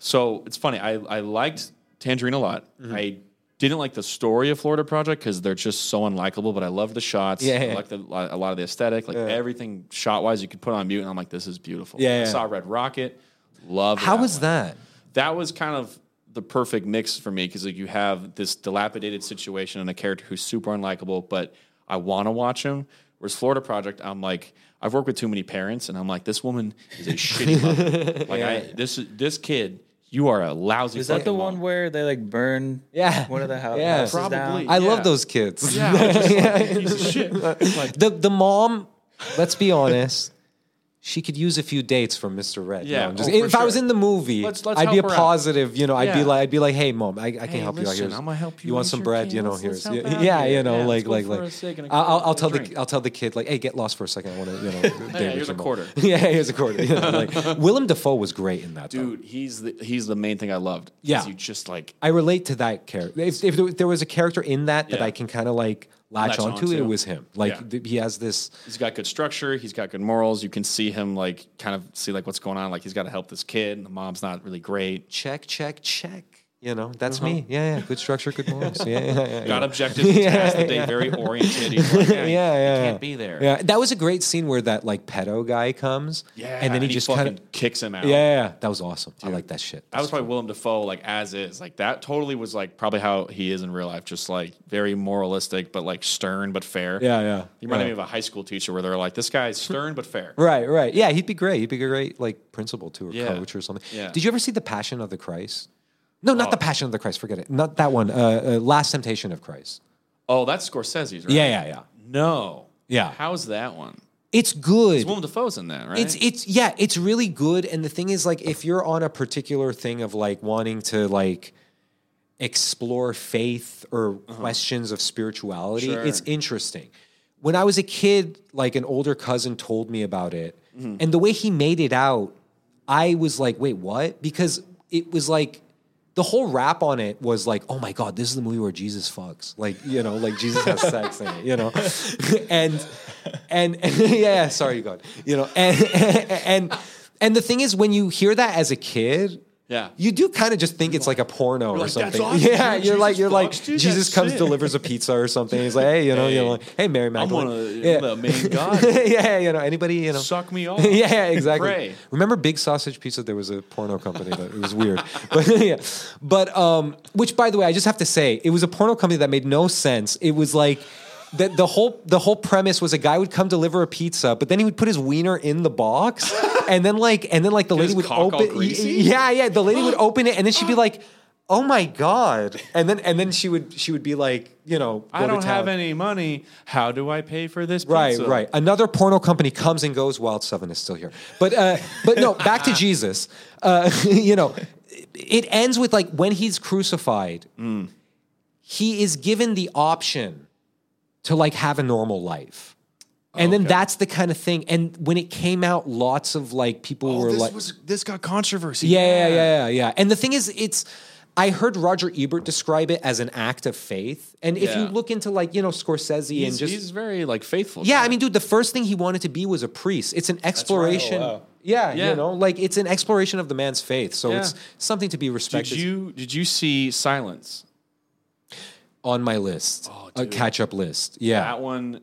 [SPEAKER 3] so it's funny. I I liked Tangerine a lot.
[SPEAKER 2] Mm-hmm.
[SPEAKER 3] I didn't like the story of Florida Project because they're just so unlikable. But I love the shots.
[SPEAKER 2] Yeah, yeah.
[SPEAKER 3] I like the, a lot of the aesthetic, like everything shot wise. You could put on mute, and I'm like, this is beautiful.
[SPEAKER 2] Yeah,
[SPEAKER 3] I
[SPEAKER 2] yeah.
[SPEAKER 3] saw Red Rocket. Love.
[SPEAKER 2] How was that?
[SPEAKER 3] That was kind of the perfect mix for me because like you have this dilapidated situation and a character who's super unlikable, but I want to watch him. Whereas Florida Project, I'm like, I've worked with too many parents, and I'm like, this woman is a shitty mother. Like I, this this kid, you are a lousy.
[SPEAKER 4] Is that the
[SPEAKER 3] fucking
[SPEAKER 4] one
[SPEAKER 3] mom.
[SPEAKER 4] where they like burn
[SPEAKER 2] Yeah.
[SPEAKER 4] one of the hou-
[SPEAKER 2] Yeah.
[SPEAKER 4] houses
[SPEAKER 3] Probably.
[SPEAKER 4] down?
[SPEAKER 2] I
[SPEAKER 3] Yeah.
[SPEAKER 2] love those kids.
[SPEAKER 3] Yeah, I was just like, piece of shit. Like,
[SPEAKER 2] The the mom, let's be honest, she could use a few dates from Mr. Red.
[SPEAKER 3] Yeah,
[SPEAKER 2] No, I'm just-
[SPEAKER 3] oh, for
[SPEAKER 2] if I was
[SPEAKER 3] sure.
[SPEAKER 2] in the movie,
[SPEAKER 3] Let's- let's
[SPEAKER 2] I'd be a
[SPEAKER 3] help her out.
[SPEAKER 2] positive. You know, I'd be
[SPEAKER 3] Yeah.
[SPEAKER 2] like, I'd be like, hey, mom, I, I can
[SPEAKER 3] Hey,
[SPEAKER 2] help you out.
[SPEAKER 3] listen,
[SPEAKER 2] Here's,
[SPEAKER 3] I'ma help you
[SPEAKER 2] You want
[SPEAKER 3] raise
[SPEAKER 2] some
[SPEAKER 3] your
[SPEAKER 2] bread?
[SPEAKER 3] kid.
[SPEAKER 2] You know,
[SPEAKER 3] Let's-
[SPEAKER 2] here's
[SPEAKER 3] let's help
[SPEAKER 2] yeah,
[SPEAKER 3] out
[SPEAKER 2] yeah,
[SPEAKER 3] here.
[SPEAKER 2] you know,
[SPEAKER 3] Yeah, let's
[SPEAKER 2] like
[SPEAKER 3] go
[SPEAKER 2] like
[SPEAKER 3] for a
[SPEAKER 2] like.
[SPEAKER 3] steak and a
[SPEAKER 2] I'll, I'll, I'll
[SPEAKER 3] coffee
[SPEAKER 2] tell
[SPEAKER 3] and a
[SPEAKER 2] the
[SPEAKER 3] drink.
[SPEAKER 2] I'll tell the kid like, hey, get lost for a second. I want to you know. date with
[SPEAKER 3] here's
[SPEAKER 2] your
[SPEAKER 3] a
[SPEAKER 2] mom."
[SPEAKER 3] quarter.
[SPEAKER 2] yeah, here's a quarter. Yeah, like, Willem Dafoe was great in that. though.
[SPEAKER 3] dude, he's the he's the main thing I loved. 'Cause
[SPEAKER 2] Yeah.
[SPEAKER 3] you just like
[SPEAKER 2] I relate to that character. If, if there- there was a character in that that
[SPEAKER 3] Yeah.
[SPEAKER 2] I can kind of like latch,
[SPEAKER 3] Latch
[SPEAKER 2] onto,
[SPEAKER 3] onto.
[SPEAKER 2] it was him. Like
[SPEAKER 3] Yeah.
[SPEAKER 2] th- he has this.
[SPEAKER 3] he's got good structure. He's got good morals. You can see him like kind of see like what's going on. Like he's got to help this kid. And the mom's not really great.
[SPEAKER 2] check, check, check. You know, that's
[SPEAKER 3] Uh-huh.
[SPEAKER 2] me. Yeah, yeah. Good structure, good morals. Yeah, yeah, yeah.
[SPEAKER 3] Got objectives. He's past the day very oriented. He's like,
[SPEAKER 2] Yeah, yeah,
[SPEAKER 3] yeah, you
[SPEAKER 2] yeah.
[SPEAKER 3] can't be there.
[SPEAKER 2] Yeah, that was a great scene where that like pedo guy comes.
[SPEAKER 3] Yeah,
[SPEAKER 2] and then he, just kind of.
[SPEAKER 3] fucking kicks him out.
[SPEAKER 2] Yeah, yeah, yeah. that was awesome. I like that shit.
[SPEAKER 3] That was probably Willem Dafoe, like as is. Like that totally was like probably how he is in real life, just like very moralistic, but like stern but fair.
[SPEAKER 2] Yeah, yeah.
[SPEAKER 3] You reminded
[SPEAKER 2] Yeah.
[SPEAKER 3] me of a high school teacher where they're like, this guy's stern but fair.
[SPEAKER 2] Right, right. Yeah, he'd be great. He'd be a great like principal to or
[SPEAKER 3] Yeah.
[SPEAKER 2] coach or something.
[SPEAKER 3] Yeah. Oh.
[SPEAKER 2] Did you ever see The Passion of the Christ? No, not The Passion of the Christ. Forget it. Not that one. Uh, uh, Last Temptation of Christ.
[SPEAKER 3] Oh, that's Scorsese's, right?
[SPEAKER 2] Yeah, yeah, yeah.
[SPEAKER 3] No.
[SPEAKER 2] Yeah.
[SPEAKER 3] How's that one?
[SPEAKER 2] It's good.
[SPEAKER 3] Willem Dafoe's in that, right?
[SPEAKER 2] It's it's yeah, it's really good. And the thing is, like, if you're on a particular thing of like wanting to like explore faith or
[SPEAKER 3] Uh-huh.
[SPEAKER 2] questions of spirituality, it's interesting. When I was a kid, like an older cousin told me about it,
[SPEAKER 3] Mm-hmm.
[SPEAKER 2] and the way he made it out, I was like, wait, what? Because it was like the whole rap on it was like, oh my God, this is the movie where Jesus fucks. Like, you know, like Jesus has sex in it, you know? and, and, and yeah, yeah, sorry, God. You know, and, and, and the thing is, when you hear that as a kid,
[SPEAKER 3] Yeah.
[SPEAKER 2] you do kind of just think it's like a porno or
[SPEAKER 3] like, "That's
[SPEAKER 2] something.
[SPEAKER 3] awesome,
[SPEAKER 2] yeah,
[SPEAKER 3] dude.
[SPEAKER 2] you're like,
[SPEAKER 3] Jesus
[SPEAKER 2] you're like,
[SPEAKER 3] fucks, dude,
[SPEAKER 2] Jesus
[SPEAKER 3] that's
[SPEAKER 2] comes,
[SPEAKER 3] sick."
[SPEAKER 2] delivers a pizza or something. He's like, hey, you know, you're
[SPEAKER 3] Hey,
[SPEAKER 2] like, hey, Mary
[SPEAKER 3] I'm
[SPEAKER 2] Magdalene.
[SPEAKER 3] one of the,
[SPEAKER 2] Yeah.
[SPEAKER 3] the main guys.
[SPEAKER 2] yeah, you know, anybody, you know,
[SPEAKER 3] Suck me off.
[SPEAKER 2] yeah, exactly.
[SPEAKER 3] Pray.
[SPEAKER 2] Remember Big Sausage Pizza? There was a porno company that it was weird, but yeah. But um, which, by the way, I just have to say, it was a porno company that made no sense. It was like. The, the whole the whole premise was a guy would come deliver a pizza, but then he would put his wiener in the box, and then like and then like the
[SPEAKER 3] Get
[SPEAKER 2] lady
[SPEAKER 3] his
[SPEAKER 2] would
[SPEAKER 3] cock all
[SPEAKER 2] open, y-
[SPEAKER 3] greasy?
[SPEAKER 2] yeah, yeah, the lady would open it, and then she'd be like, "Oh my god!" And then and then she would she would be like, you know, go
[SPEAKER 3] I
[SPEAKER 2] to
[SPEAKER 3] don't have
[SPEAKER 2] town.
[SPEAKER 3] any money. How do I pay for this
[SPEAKER 2] Right,
[SPEAKER 3] pizza?
[SPEAKER 2] right. Another porno company comes and goes. Wild Seven is still here, but uh, but no. Back to Jesus. Uh, you know, it ends with like when he's crucified,
[SPEAKER 3] Mm.
[SPEAKER 2] he is given the option to like have a normal life. And then that's the kind of thing. And when it came out, lots of like people
[SPEAKER 3] Oh,
[SPEAKER 2] were
[SPEAKER 3] this
[SPEAKER 2] like,
[SPEAKER 3] was this got controversy.
[SPEAKER 2] yeah, yeah, yeah, yeah, yeah. And the thing is, it's. I heard Roger Ebert describe it as an act of faith. And if you
[SPEAKER 3] Yeah.
[SPEAKER 2] look into like, you know, Scorsese and
[SPEAKER 3] He's,
[SPEAKER 2] just
[SPEAKER 3] he's very like faithful.
[SPEAKER 2] yeah,
[SPEAKER 3] guy.
[SPEAKER 2] I mean, dude, the first thing he wanted to be was a priest. It's an exploration. yeah,
[SPEAKER 3] Yeah.
[SPEAKER 2] you know, like it's an exploration of the man's faith. So
[SPEAKER 3] Yeah.
[SPEAKER 2] it's something to be
[SPEAKER 3] Did
[SPEAKER 2] respected.
[SPEAKER 3] you did you see Silence?
[SPEAKER 2] on my list, a catch up list. Yeah.
[SPEAKER 3] Oh, That one.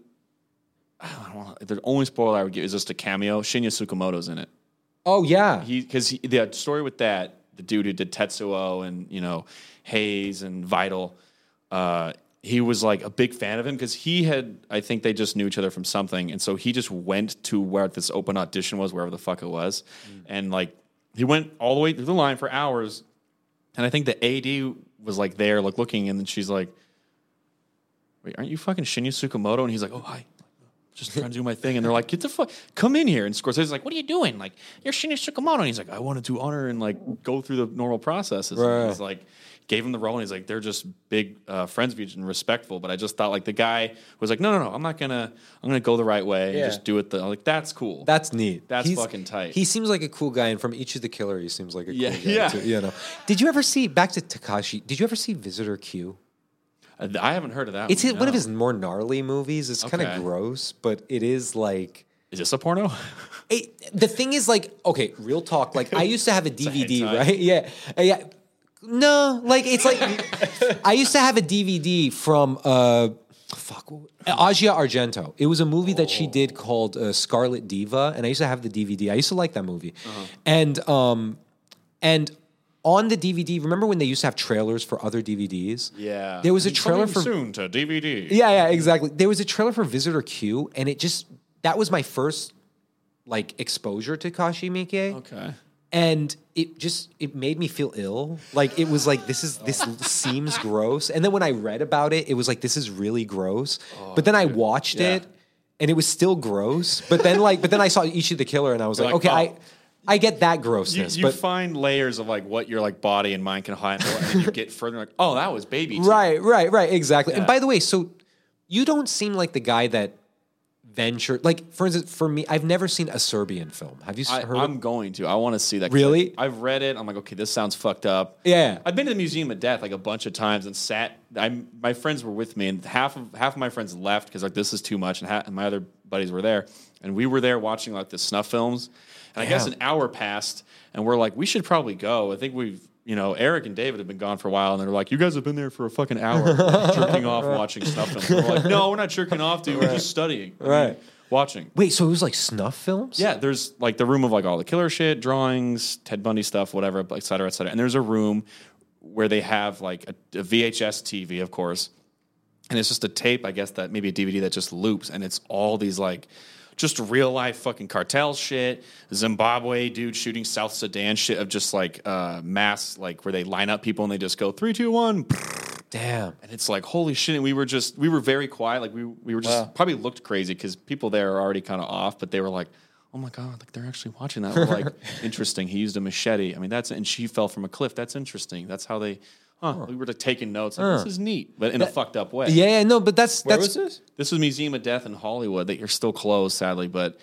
[SPEAKER 3] I don't want. The only spoiler I would give is just a cameo. Shinya Tsukamoto's in it.
[SPEAKER 2] Oh yeah.
[SPEAKER 3] He because he, the story with that the dude who did Tetsuo and you know Hayes and Vital, uh, he was like a big fan of him because he had I think they just knew each other from something, and so he just went to where this open audition was, wherever the fuck it was, and like he went all the way through the line for hours, and I think the AD was like there, like looking, and then she's like, "Wait, aren't you fucking Shinya Tsukamoto?" And he's like, "Oh hi." Just trying to do my thing, and they're like, "Get the fuck, come in here!" And Scorsese's like, "What are you doing? Like, you're Shinya Tsukamoto." And he's like, "I wanted to honor and like go through the normal processes." And
[SPEAKER 2] Right.
[SPEAKER 3] he's like, gave him the role, and he's like, "They're just big uh, friends of each and respectful." But I just thought like the guy was like, "No, no, no, I'm not gonna, I'm gonna go the right way
[SPEAKER 4] Yeah.
[SPEAKER 3] and just do it." The I'm like that's cool.
[SPEAKER 2] That's neat.
[SPEAKER 3] That's fucking tight.
[SPEAKER 2] He seems like a cool guy, and from each of the killer, he seems like a cool
[SPEAKER 3] Yeah,
[SPEAKER 2] guy.
[SPEAKER 3] yeah.
[SPEAKER 2] Too, you know. Did you ever see back to Takashi? Did you ever see Visitor Q?
[SPEAKER 3] I haven't heard of that.
[SPEAKER 2] It's
[SPEAKER 3] one,
[SPEAKER 2] his, one of
[SPEAKER 3] no.
[SPEAKER 2] his more gnarly movies. It's kind
[SPEAKER 3] Okay.
[SPEAKER 2] of gross, but it is like
[SPEAKER 3] Is this a porno?
[SPEAKER 2] It, the thing is, like, okay, real talk. Like, I used to have a DVD,
[SPEAKER 3] hentai.
[SPEAKER 2] right? Yeah, Uh, yeah. No, like, it's like I used to have a DVD from uh, fuck, what- uh, Agia Argento. It was a movie that she did called uh, Scarlet
[SPEAKER 3] Uh-huh.
[SPEAKER 2] Diva, and I used to have the DVD. I used to like that movie, and um, and on the DVD, remember when they used to have trailers for other DVDs?
[SPEAKER 3] Yeah.
[SPEAKER 2] There was a
[SPEAKER 3] Coming
[SPEAKER 2] trailer for
[SPEAKER 3] soon to DVD.
[SPEAKER 2] Yeah, yeah, exactly. There was a trailer for Visitor Q, and it just that was my first like exposure to Kashi Miike.
[SPEAKER 3] Okay.
[SPEAKER 2] And it just it made me feel ill. Like it was like this is this seems gross. And then when I read about it, it was like this is really gross. but then I watched
[SPEAKER 3] Oh, Yeah.
[SPEAKER 2] it and it was still gross. But then like but then I saw Ichi the Killer and I was
[SPEAKER 3] You're
[SPEAKER 2] like,
[SPEAKER 3] like,
[SPEAKER 2] okay,
[SPEAKER 3] oh.
[SPEAKER 2] I I get that
[SPEAKER 3] You,
[SPEAKER 2] grossness.
[SPEAKER 3] you
[SPEAKER 2] but
[SPEAKER 3] find layers of like what your like body and mind can handle, and then you get further like, oh, that was baby. teeth.
[SPEAKER 2] Right, right, right, exactly. And
[SPEAKER 3] Yeah.
[SPEAKER 2] by the way, so you don't seem like the guy that ventured. Like for instance, for me, I've never seen a Serbian film. Have you s-
[SPEAKER 3] I,
[SPEAKER 2] heard?
[SPEAKER 3] I'm
[SPEAKER 2] of,
[SPEAKER 3] going to. I want to see that.
[SPEAKER 2] Really?
[SPEAKER 3] I've read it. I'm like, okay, this sounds fucked up.
[SPEAKER 2] Yeah.
[SPEAKER 3] I've been to the Museum of Death like a bunch of times and sat. I'm my friends were with me, and half of half of my friends left because like this is too much, and, ha- and my other buddies were there, and we were there watching like the snuff films, and I guess an hour passed, and we're like, we should probably go. I think we've. You know, Eric and David have been gone for a while, and they're like, "You guys have been there for a fucking hour, jerking off, watching snuff films." And we're like, "No, we're not jerking off, dude. We're just studying, I mean,
[SPEAKER 2] Right.
[SPEAKER 3] Watching."
[SPEAKER 2] Wait, so it was like snuff films?
[SPEAKER 3] Yeah, there's like the room of like all the killer shit, drawings, Ted Bundy stuff, whatever, et cetera, et cetera. And there's a room where they have like a, a VHS TV, of course, and it's just a tape, I guess that maybe a DVD that just loops, and it's all these like just real life fucking cartel shit, Zimbabwe dude shooting South Sudan shit of just like uh, mass like where they line up people and they just go three, two, one,
[SPEAKER 2] Damn.
[SPEAKER 3] and it's like holy shit. And we were just we were very quiet, like we we were just probably looked crazy because people there are already kind of off, but they were like, oh my god, like they're actually watching that. We're like, interesting. He used a machete. I mean, that's and she fell from a cliff. That's interesting. That's how they. Huh. We were like taking notes. Like, This is neat, but in a fucked up way.
[SPEAKER 2] Yeah, yeah, no, but that's
[SPEAKER 4] Where
[SPEAKER 2] that's
[SPEAKER 4] was this?
[SPEAKER 3] This was Museum of Death in Hollywood. That you're still closed, sadly, but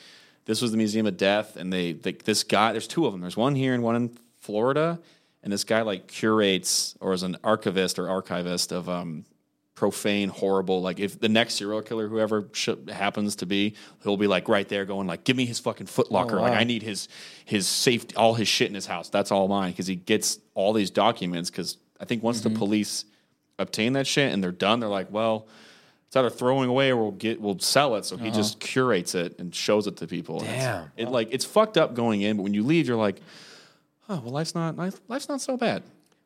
[SPEAKER 3] this was the Museum of Death, and they, they this guy. There's two of them. There's one here and one in Florida, and this guy like curates or is an archivist or archivist of um, profane, horrible. Like if the next serial killer, whoever sh- happens to be, he'll be like right there going like, "Give me his fucking footlocker. Like I need his his safety, all his shit in his house. That's all mine." Because he gets all these documents. Because I think once the police obtain that shit and they're done, they're like, "Well." it's either throwing away or we'll get we'll sell it. So he just curates it and shows it to people. And it's-
[SPEAKER 2] Uh-huh. Damn.
[SPEAKER 3] it like it's fucked up going in, but when you leave, you're like, oh well, life's not life, life's not so bad.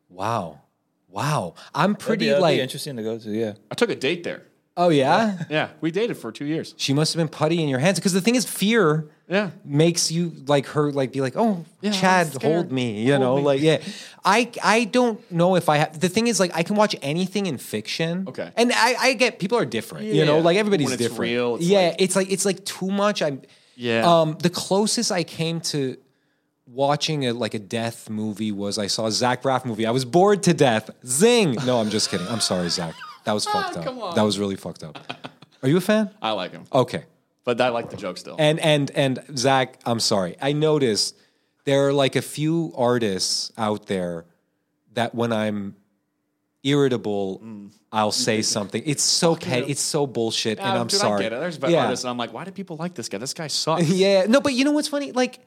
[SPEAKER 2] wow. Wow. I'm
[SPEAKER 4] That'd be-
[SPEAKER 2] pretty
[SPEAKER 4] that'd be
[SPEAKER 2] like
[SPEAKER 4] interesting to go to. Yeah,
[SPEAKER 3] I took a date there.
[SPEAKER 2] Oh yeah?
[SPEAKER 3] Yeah, we dated for two years.
[SPEAKER 2] She must have been putty in your hands. Because the thing is fear
[SPEAKER 3] Yeah.
[SPEAKER 2] makes you like her like be like oh
[SPEAKER 3] Yeah, I'm
[SPEAKER 2] chad
[SPEAKER 3] scared.
[SPEAKER 2] hold me you know
[SPEAKER 3] me.
[SPEAKER 2] like yeah i i don't know if i have the thing is like i can watch anything in fiction
[SPEAKER 3] Okay.
[SPEAKER 2] and i i get people are different you know
[SPEAKER 3] Yeah.
[SPEAKER 2] like everybody's
[SPEAKER 3] When it's
[SPEAKER 2] different
[SPEAKER 3] real, it's
[SPEAKER 2] yeah
[SPEAKER 3] like-
[SPEAKER 2] it's like it's like too much i'm
[SPEAKER 3] Yeah.
[SPEAKER 2] um the closest i came to watching a like a death movie was i saw a zach braff movie i was bored to death zing no i'm just kidding i'm sorry zach that was fucked up
[SPEAKER 3] Ah, come on.
[SPEAKER 2] that was really fucked up are you a fan
[SPEAKER 3] I like him,
[SPEAKER 2] okay
[SPEAKER 3] but I like the joke still.
[SPEAKER 2] and and and Zach, I'm sorry. I noticed there are like a few artists out there that when I'm irritable,
[SPEAKER 3] Mm.
[SPEAKER 2] I'll say something. It's so petty. It's so bullshit, and
[SPEAKER 3] Ah,
[SPEAKER 2] I'm
[SPEAKER 3] dude,
[SPEAKER 2] sorry.
[SPEAKER 3] I get it. There's better artists, and I'm like, why do people like this guy? This guy sucks.
[SPEAKER 2] yeah. No, but you know what's funny? Like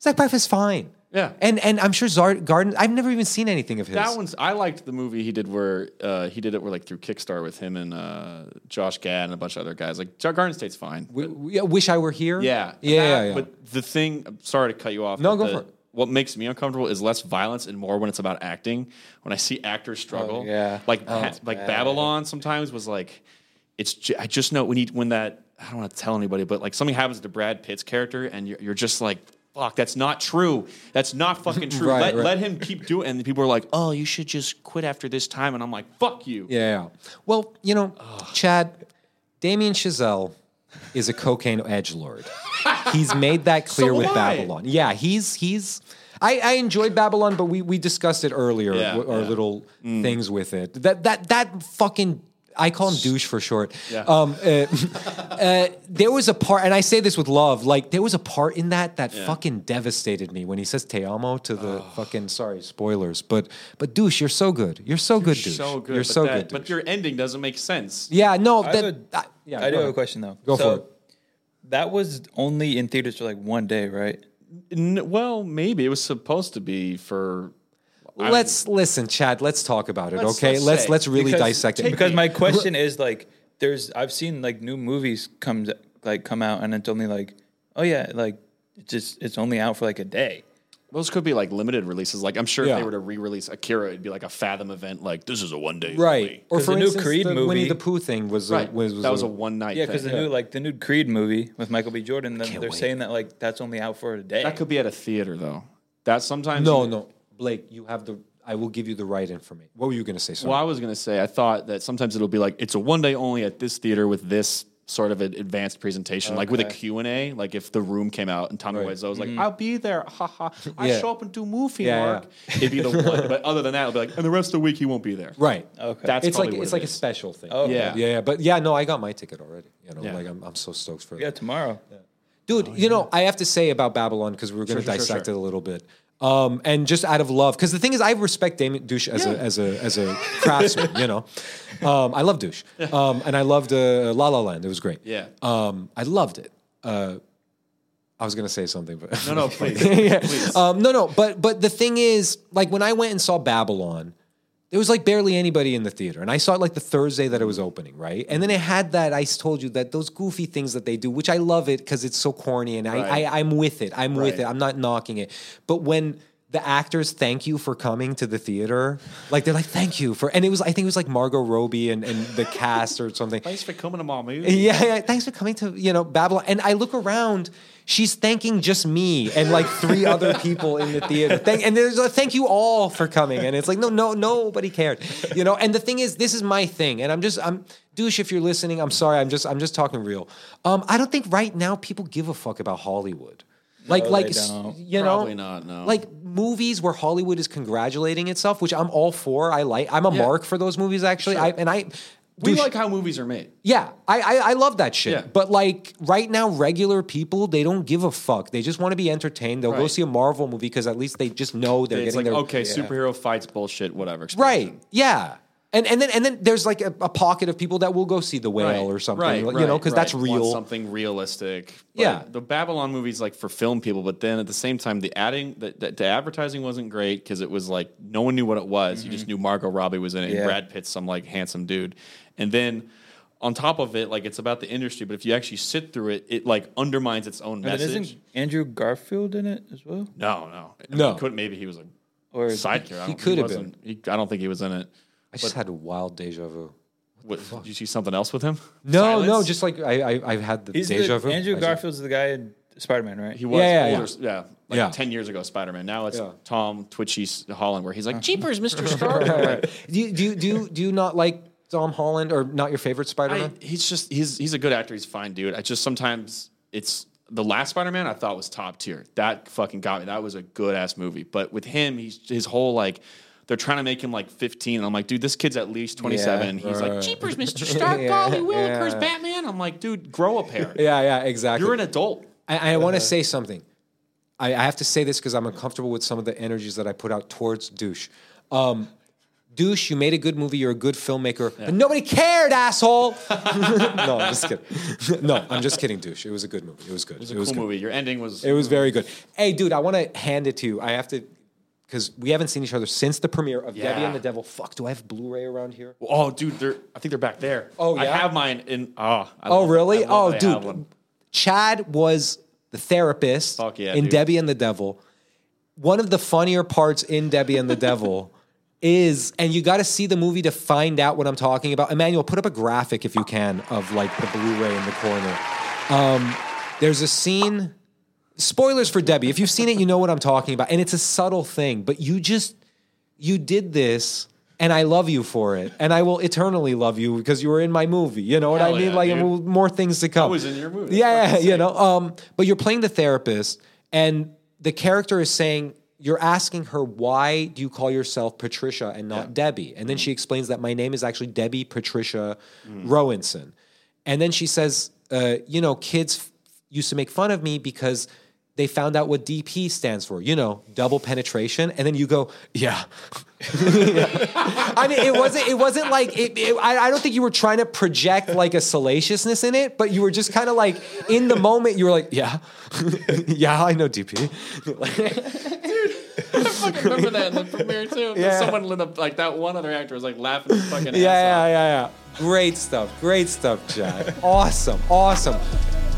[SPEAKER 2] Zach Braff is fine.
[SPEAKER 3] Yeah.
[SPEAKER 2] And and I'm sure Zard Garden. I've never even seen anything of his.
[SPEAKER 3] That one's. I liked the movie he did where uh, he did it where like through Kickstarter with him and uh, Josh Gad and a bunch of other guys. Like Garden State's fine.
[SPEAKER 2] W- w- wish I were here.
[SPEAKER 3] Yeah,
[SPEAKER 2] Yeah.
[SPEAKER 3] that-
[SPEAKER 2] yeah, yeah.
[SPEAKER 3] But the thing, I'm sorry to cut you off.
[SPEAKER 2] No,
[SPEAKER 3] but
[SPEAKER 2] go
[SPEAKER 3] the-
[SPEAKER 2] for it.
[SPEAKER 3] What makes me uncomfortable is less violence and more when it's about acting. When I see actors
[SPEAKER 2] Oh,
[SPEAKER 3] struggle,
[SPEAKER 4] yeah.
[SPEAKER 3] like ha- like Babylon sometimes was like, it's. Ju- I just know when he when that I don't want to tell anybody, but like something happens to Brad Pitt's character, and you're, you're just like. Fuck, that's not true. That's not fucking true.
[SPEAKER 2] Right,
[SPEAKER 3] let,
[SPEAKER 2] right.
[SPEAKER 3] let him keep doing. And people are like, "Oh, you should just quit after this time." And I'm like, "Fuck you."
[SPEAKER 2] Yeah. Well, you know, Chad, Damien Chazelle is a cocaine edge lord. he's made that clear
[SPEAKER 3] So
[SPEAKER 2] with
[SPEAKER 3] am I.
[SPEAKER 2] Babylon. Yeah, he's he's. I, I enjoyed Babylon, but we we discussed it earlier.
[SPEAKER 3] Yeah,
[SPEAKER 2] wh- our
[SPEAKER 3] yeah. Mm.
[SPEAKER 2] little things with it. That that that fucking. I call him douche for short.
[SPEAKER 3] Yeah.
[SPEAKER 2] Um, uh, uh, there was a part, and I say this with love. Like there was a part in that that fucking devastated me when he says "te amo" to the fucking. Sorry, spoilers, but but douche, you're so good. You're so good, douche.
[SPEAKER 3] So good.
[SPEAKER 2] You're
[SPEAKER 3] but
[SPEAKER 2] so
[SPEAKER 3] that-
[SPEAKER 2] good. douche.
[SPEAKER 3] But your ending doesn't make sense.
[SPEAKER 2] Yeah, no,
[SPEAKER 4] I,
[SPEAKER 2] that,
[SPEAKER 4] have a-
[SPEAKER 2] I- yeah,
[SPEAKER 4] I do
[SPEAKER 2] go
[SPEAKER 4] have a
[SPEAKER 2] ahead.
[SPEAKER 4] question though.
[SPEAKER 2] Go
[SPEAKER 4] So,
[SPEAKER 2] for it.
[SPEAKER 4] That was only in theaters for like one day, right?
[SPEAKER 3] N- well, maybe it was supposed to be for. I mean,
[SPEAKER 2] Let's listen, Chad. Let's talk about it,
[SPEAKER 3] Let's-
[SPEAKER 2] okay?
[SPEAKER 3] let's
[SPEAKER 2] Let's
[SPEAKER 3] say.
[SPEAKER 2] let's really
[SPEAKER 4] Because-
[SPEAKER 2] dissect it.
[SPEAKER 4] Because my question is like, there's I've seen like new movies comes like come out and it's only like, oh yeah, like it's just it's only out for like a day.
[SPEAKER 3] Those could be like limited releases. Like I'm sure
[SPEAKER 2] Yeah.
[SPEAKER 3] if they were to re-release Akira, it'd be like a Fathom event. Like this is a one day
[SPEAKER 2] right? Or
[SPEAKER 4] 'Cause
[SPEAKER 2] for
[SPEAKER 4] the new
[SPEAKER 2] instance,
[SPEAKER 4] Creed
[SPEAKER 2] the
[SPEAKER 4] movie-
[SPEAKER 2] Winnie the Pooh thing was a-
[SPEAKER 3] right?
[SPEAKER 2] was,
[SPEAKER 3] that was a one night.
[SPEAKER 4] Yeah, because the new like the new Creed movie with Michael B. Jordan, then they're
[SPEAKER 2] wait.
[SPEAKER 4] saying that like that's only out for a day.
[SPEAKER 3] that could be at a theater though. That sometimes
[SPEAKER 2] no, no. Blake, you have the. I will give you the right information. What were you going to say? Sorry.
[SPEAKER 3] Well, I was gonna say I thought that sometimes it'll be like it's a one day only at this theater with this sort of an advanced presentation, like with a Q and A. Like if the room came out and Tommy Wiseau was like, "I'll be there, haha, I
[SPEAKER 2] Mm-hmm. Yeah.
[SPEAKER 3] show up and do movie
[SPEAKER 2] Yeah,
[SPEAKER 3] Mark." It'd be the one, but other than that, it'll be like, and the rest of the week he won't be there.
[SPEAKER 2] right.
[SPEAKER 4] Okay.
[SPEAKER 3] That's
[SPEAKER 2] it's like
[SPEAKER 3] probably what
[SPEAKER 2] it's
[SPEAKER 3] it
[SPEAKER 2] like a
[SPEAKER 3] is.
[SPEAKER 2] special thing.
[SPEAKER 4] Oh,
[SPEAKER 3] Yeah.
[SPEAKER 2] yeah, yeah. But yeah, no, I got my ticket already. You know,
[SPEAKER 3] Yeah.
[SPEAKER 2] like I'm, I'm so stoked for
[SPEAKER 4] yeah,
[SPEAKER 2] it.
[SPEAKER 4] tomorrow.
[SPEAKER 2] Dude, you know, I have to say about Babylon because we're going to
[SPEAKER 3] Oh, sure, sure,
[SPEAKER 2] dissect
[SPEAKER 3] sure.
[SPEAKER 2] it a little bit. Um, and just out of love, because the thing is, I respect Damien Douche as a as a as a craftsman. you know, um, I love Douche, um, and I loved uh, La La Land. It was great.
[SPEAKER 3] Yeah.
[SPEAKER 2] um, I loved it. Uh, I was going to say something, but
[SPEAKER 3] No, no, please, Oh, please.
[SPEAKER 2] um, no, no, but but the thing is, like when I went and saw Babylon, there was like barely anybody in the theater, and I saw it like the Thursday that it was opening, right? And then it had that I told you that those goofy things that they do, which I love it because it's so corny, and I,
[SPEAKER 3] Right.
[SPEAKER 2] I I'm with it, I'm with it, I'm not knocking it, but when. The actors thank you for coming to the theater. Like they're like, thank you for, and it was I think it was like Margot Robbie and, and the cast or something.
[SPEAKER 3] Thanks for coming to my movie.
[SPEAKER 2] Yeah, yeah, thanks for coming to you know Babylon. And I look around, she's thanking just me and like three other people in the theater. Thank, and there's like, thank you all for coming. And it's like no, no, nobody cared, you know. And the thing is, this is my thing, and I'm just I'm douche if you're listening. I'm sorry, I'm just I'm just talking real. Um, I don't think right now people give a fuck about Hollywood. Like, like s-
[SPEAKER 4] don't.
[SPEAKER 2] you
[SPEAKER 3] Probably
[SPEAKER 2] know,
[SPEAKER 3] not, no.
[SPEAKER 2] like movies where Hollywood is congratulating itself, which I'm all for. I like. I'm a mark for those movies, actually. I and I.
[SPEAKER 3] We
[SPEAKER 2] douche-
[SPEAKER 3] like how movies are made.
[SPEAKER 2] yeah, I I, I love that shit.
[SPEAKER 3] Yeah.
[SPEAKER 2] But like right now, regular people they don't give a fuck. They just want to be entertained. They'll go
[SPEAKER 3] Right.
[SPEAKER 2] see a Marvel movie because at least they just know they're
[SPEAKER 3] It's
[SPEAKER 2] getting
[SPEAKER 3] like
[SPEAKER 2] their
[SPEAKER 3] okay, superhero fights, bullshit, whatever.
[SPEAKER 2] right.
[SPEAKER 3] explosion.
[SPEAKER 2] Yeah. And, and then and then there's like a, a pocket of people that will go see the whale
[SPEAKER 3] Right,
[SPEAKER 2] or something,
[SPEAKER 3] right,
[SPEAKER 2] like, you
[SPEAKER 3] right,
[SPEAKER 2] know, because
[SPEAKER 3] right.
[SPEAKER 2] that's
[SPEAKER 3] Want
[SPEAKER 2] real.
[SPEAKER 3] something realistic. But
[SPEAKER 2] Yeah.
[SPEAKER 3] the Babylon movies like for film people, but then at the same time, the adding the, the, the advertising wasn't great because it was like no one knew what it was. You just
[SPEAKER 2] Mm-hmm.
[SPEAKER 3] knew Margot Robbie was in it,
[SPEAKER 4] Yeah.
[SPEAKER 3] and Brad Pitt's some like handsome dude, and then. On top of it, like it's about the industry, but if you actually sit through it, it like undermines its own
[SPEAKER 4] And
[SPEAKER 3] message.
[SPEAKER 4] then isn't Andrew Garfield in it as well?
[SPEAKER 3] no, no, I mean,
[SPEAKER 2] No.
[SPEAKER 3] Could, maybe he was a
[SPEAKER 4] Or
[SPEAKER 3] side character. I don't-
[SPEAKER 2] could have been.
[SPEAKER 3] wasn't- He, I don't think he was in it.
[SPEAKER 2] I just had a wild deja vu.
[SPEAKER 3] What, did you see something else with him?
[SPEAKER 2] No, no,
[SPEAKER 3] Silence?
[SPEAKER 2] just like I I, I had the
[SPEAKER 4] he's
[SPEAKER 2] deja
[SPEAKER 4] the,
[SPEAKER 2] vu. I
[SPEAKER 4] Andrew
[SPEAKER 2] just-
[SPEAKER 4] Garfield's the guy in Spider Man, right?
[SPEAKER 3] He was
[SPEAKER 2] Yeah, yeah,
[SPEAKER 3] older, yeah, like
[SPEAKER 2] Yeah.
[SPEAKER 3] ten years ago, Spider Man. Now it's
[SPEAKER 2] Yeah.
[SPEAKER 3] Tom Twitchy S- Holland, where he's like, "Jeepers, Mister Stark."
[SPEAKER 2] Do you, do you, do you, do you not like Tom Holland or not your favorite Spider
[SPEAKER 3] I,
[SPEAKER 2] Man?
[SPEAKER 3] he's just he's he's a good actor. He's a fine, dude. I just sometimes it's the last Spider Man I thought was top tier. That fucking got me. That was a good ass movie. But with him, he's his whole like. They're trying to make him like 15. And I'm like, dude, this kid's at least 27. and he's like, Jeepers, Mr. Stark, Golly, Willikers, Batman. I'm like, dude, grow a pair.
[SPEAKER 2] Yeah, yeah, exactly.
[SPEAKER 3] You're an adult.
[SPEAKER 2] I, I want to say something. I, I have to say this because I'm uncomfortable with some of the energies that I put out towards douche. Um, douche, you made a good movie. You're a good filmmaker, but nobody cared, asshole. no, I'm just kidding. no, I'm just kidding, douche. It was a good movie. It was good. It was
[SPEAKER 3] It's a cool
[SPEAKER 2] good.
[SPEAKER 3] movie. Your ending was.
[SPEAKER 2] It was very good. Hey, dude, I want to hand it to you. I have to because we haven't seen each other since the premiere of Debbie
[SPEAKER 3] Yeah.
[SPEAKER 2] and the Devil. Fuck, do I have Blu-ray around here?
[SPEAKER 3] Oh, dude, they're, I think they're back there.
[SPEAKER 2] Oh,
[SPEAKER 3] I
[SPEAKER 2] yeah?
[SPEAKER 3] have mine in. Oh, I
[SPEAKER 2] Oh,
[SPEAKER 3] love-
[SPEAKER 2] really?
[SPEAKER 3] I love
[SPEAKER 2] Oh,
[SPEAKER 3] that I have
[SPEAKER 2] dude.
[SPEAKER 3] one.
[SPEAKER 2] Chad was the therapist
[SPEAKER 3] Fuck yeah,
[SPEAKER 2] in
[SPEAKER 3] dude.
[SPEAKER 2] Debbie and the Devil. One of the funnier parts in Debbie and the Devil is, and you got to see the movie to find out what I'm talking about. Emmanuel, put up a graphic if you can of like the Blu ray in the corner. Um, there's a scene, spoilers for Debbie. If you've seen it, you know what I'm talking about. And it's a subtle thing, but you just, you did this. And I love you for it, and I will eternally love you because you were in my movie. You know what I
[SPEAKER 3] Hell
[SPEAKER 2] mean?
[SPEAKER 3] yeah,
[SPEAKER 2] like, it
[SPEAKER 3] dude.
[SPEAKER 2] will more things to come. I
[SPEAKER 3] was in your movie. That's
[SPEAKER 2] Yeah,
[SPEAKER 3] fucking
[SPEAKER 2] you
[SPEAKER 3] sick.
[SPEAKER 2] know. Um, but you're playing the therapist, and the character is saying you're asking her why do you call yourself Patricia and not Debbie, and then she explains that my name is actually Debbie Patricia
[SPEAKER 3] Mm.
[SPEAKER 2] Rowanson, and then she says, uh, you know, kids f- used to make fun of me because. They found out what DP stands for, you know, double penetration, and then you go, yeah, I mean, it wasn't. It wasn't like. It, it- I, I don't think you were trying to project like a salaciousness in it, but you were just kind of like in the moment. You were like, yeah, yeah, I know DP.
[SPEAKER 3] I fucking remember that in the premiere too.
[SPEAKER 2] Yeah.
[SPEAKER 3] Someone lit up like that. One other actor was like laughing his fucking
[SPEAKER 2] yeah,
[SPEAKER 3] ass
[SPEAKER 2] yeah,
[SPEAKER 3] off.
[SPEAKER 2] yeah, yeah. Great stuff. Great stuff, Chad. awesome. Awesome.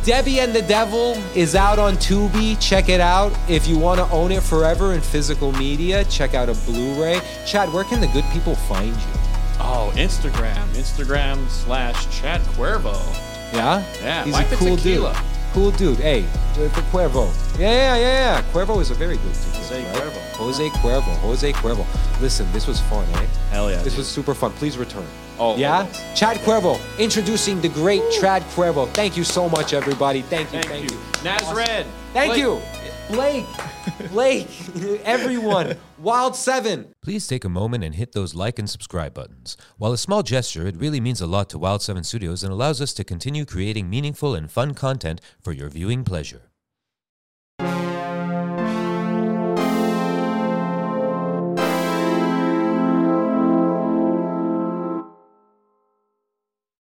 [SPEAKER 2] Debbie and the Devil is out on Tubi. Check it out. If you want to own it forever in physical media, check out a Blu ray. Chad, where can the good people find you?
[SPEAKER 3] Oh, Instagram, Instagram slash Chad Cuervo.
[SPEAKER 2] Yeah?
[SPEAKER 3] Yeah,
[SPEAKER 2] He's
[SPEAKER 3] like
[SPEAKER 2] a
[SPEAKER 3] the
[SPEAKER 2] cool dude.
[SPEAKER 3] tequila.
[SPEAKER 2] Cool dude. Hey, do it for Cuervo. Yeah, yeah, yeah. Cuervo is a very good tequila.
[SPEAKER 3] Jose
[SPEAKER 2] right?
[SPEAKER 3] Cuervo.
[SPEAKER 2] Jose Cuervo. Jose Cuervo. Listen, this was fun, eh?
[SPEAKER 3] Hell yeah,
[SPEAKER 2] This
[SPEAKER 3] dude.
[SPEAKER 2] was super fun. Please return.
[SPEAKER 3] Oh,
[SPEAKER 2] yeah?
[SPEAKER 3] always.
[SPEAKER 2] Chad Cuervo, introducing the great Chad Cuervo. Thank you so much, everybody. Thank you.
[SPEAKER 3] Thank,
[SPEAKER 2] Thank,
[SPEAKER 3] you. Naz Red.
[SPEAKER 2] Thank
[SPEAKER 3] Blake.
[SPEAKER 2] you, Blake, Blake, everyone, Wild Seven.
[SPEAKER 5] Please take a moment and hit those like and subscribe buttons. While a small gesture, it really means a lot to Wild 7 Studios and allows us to continue creating meaningful and fun content for your viewing pleasure.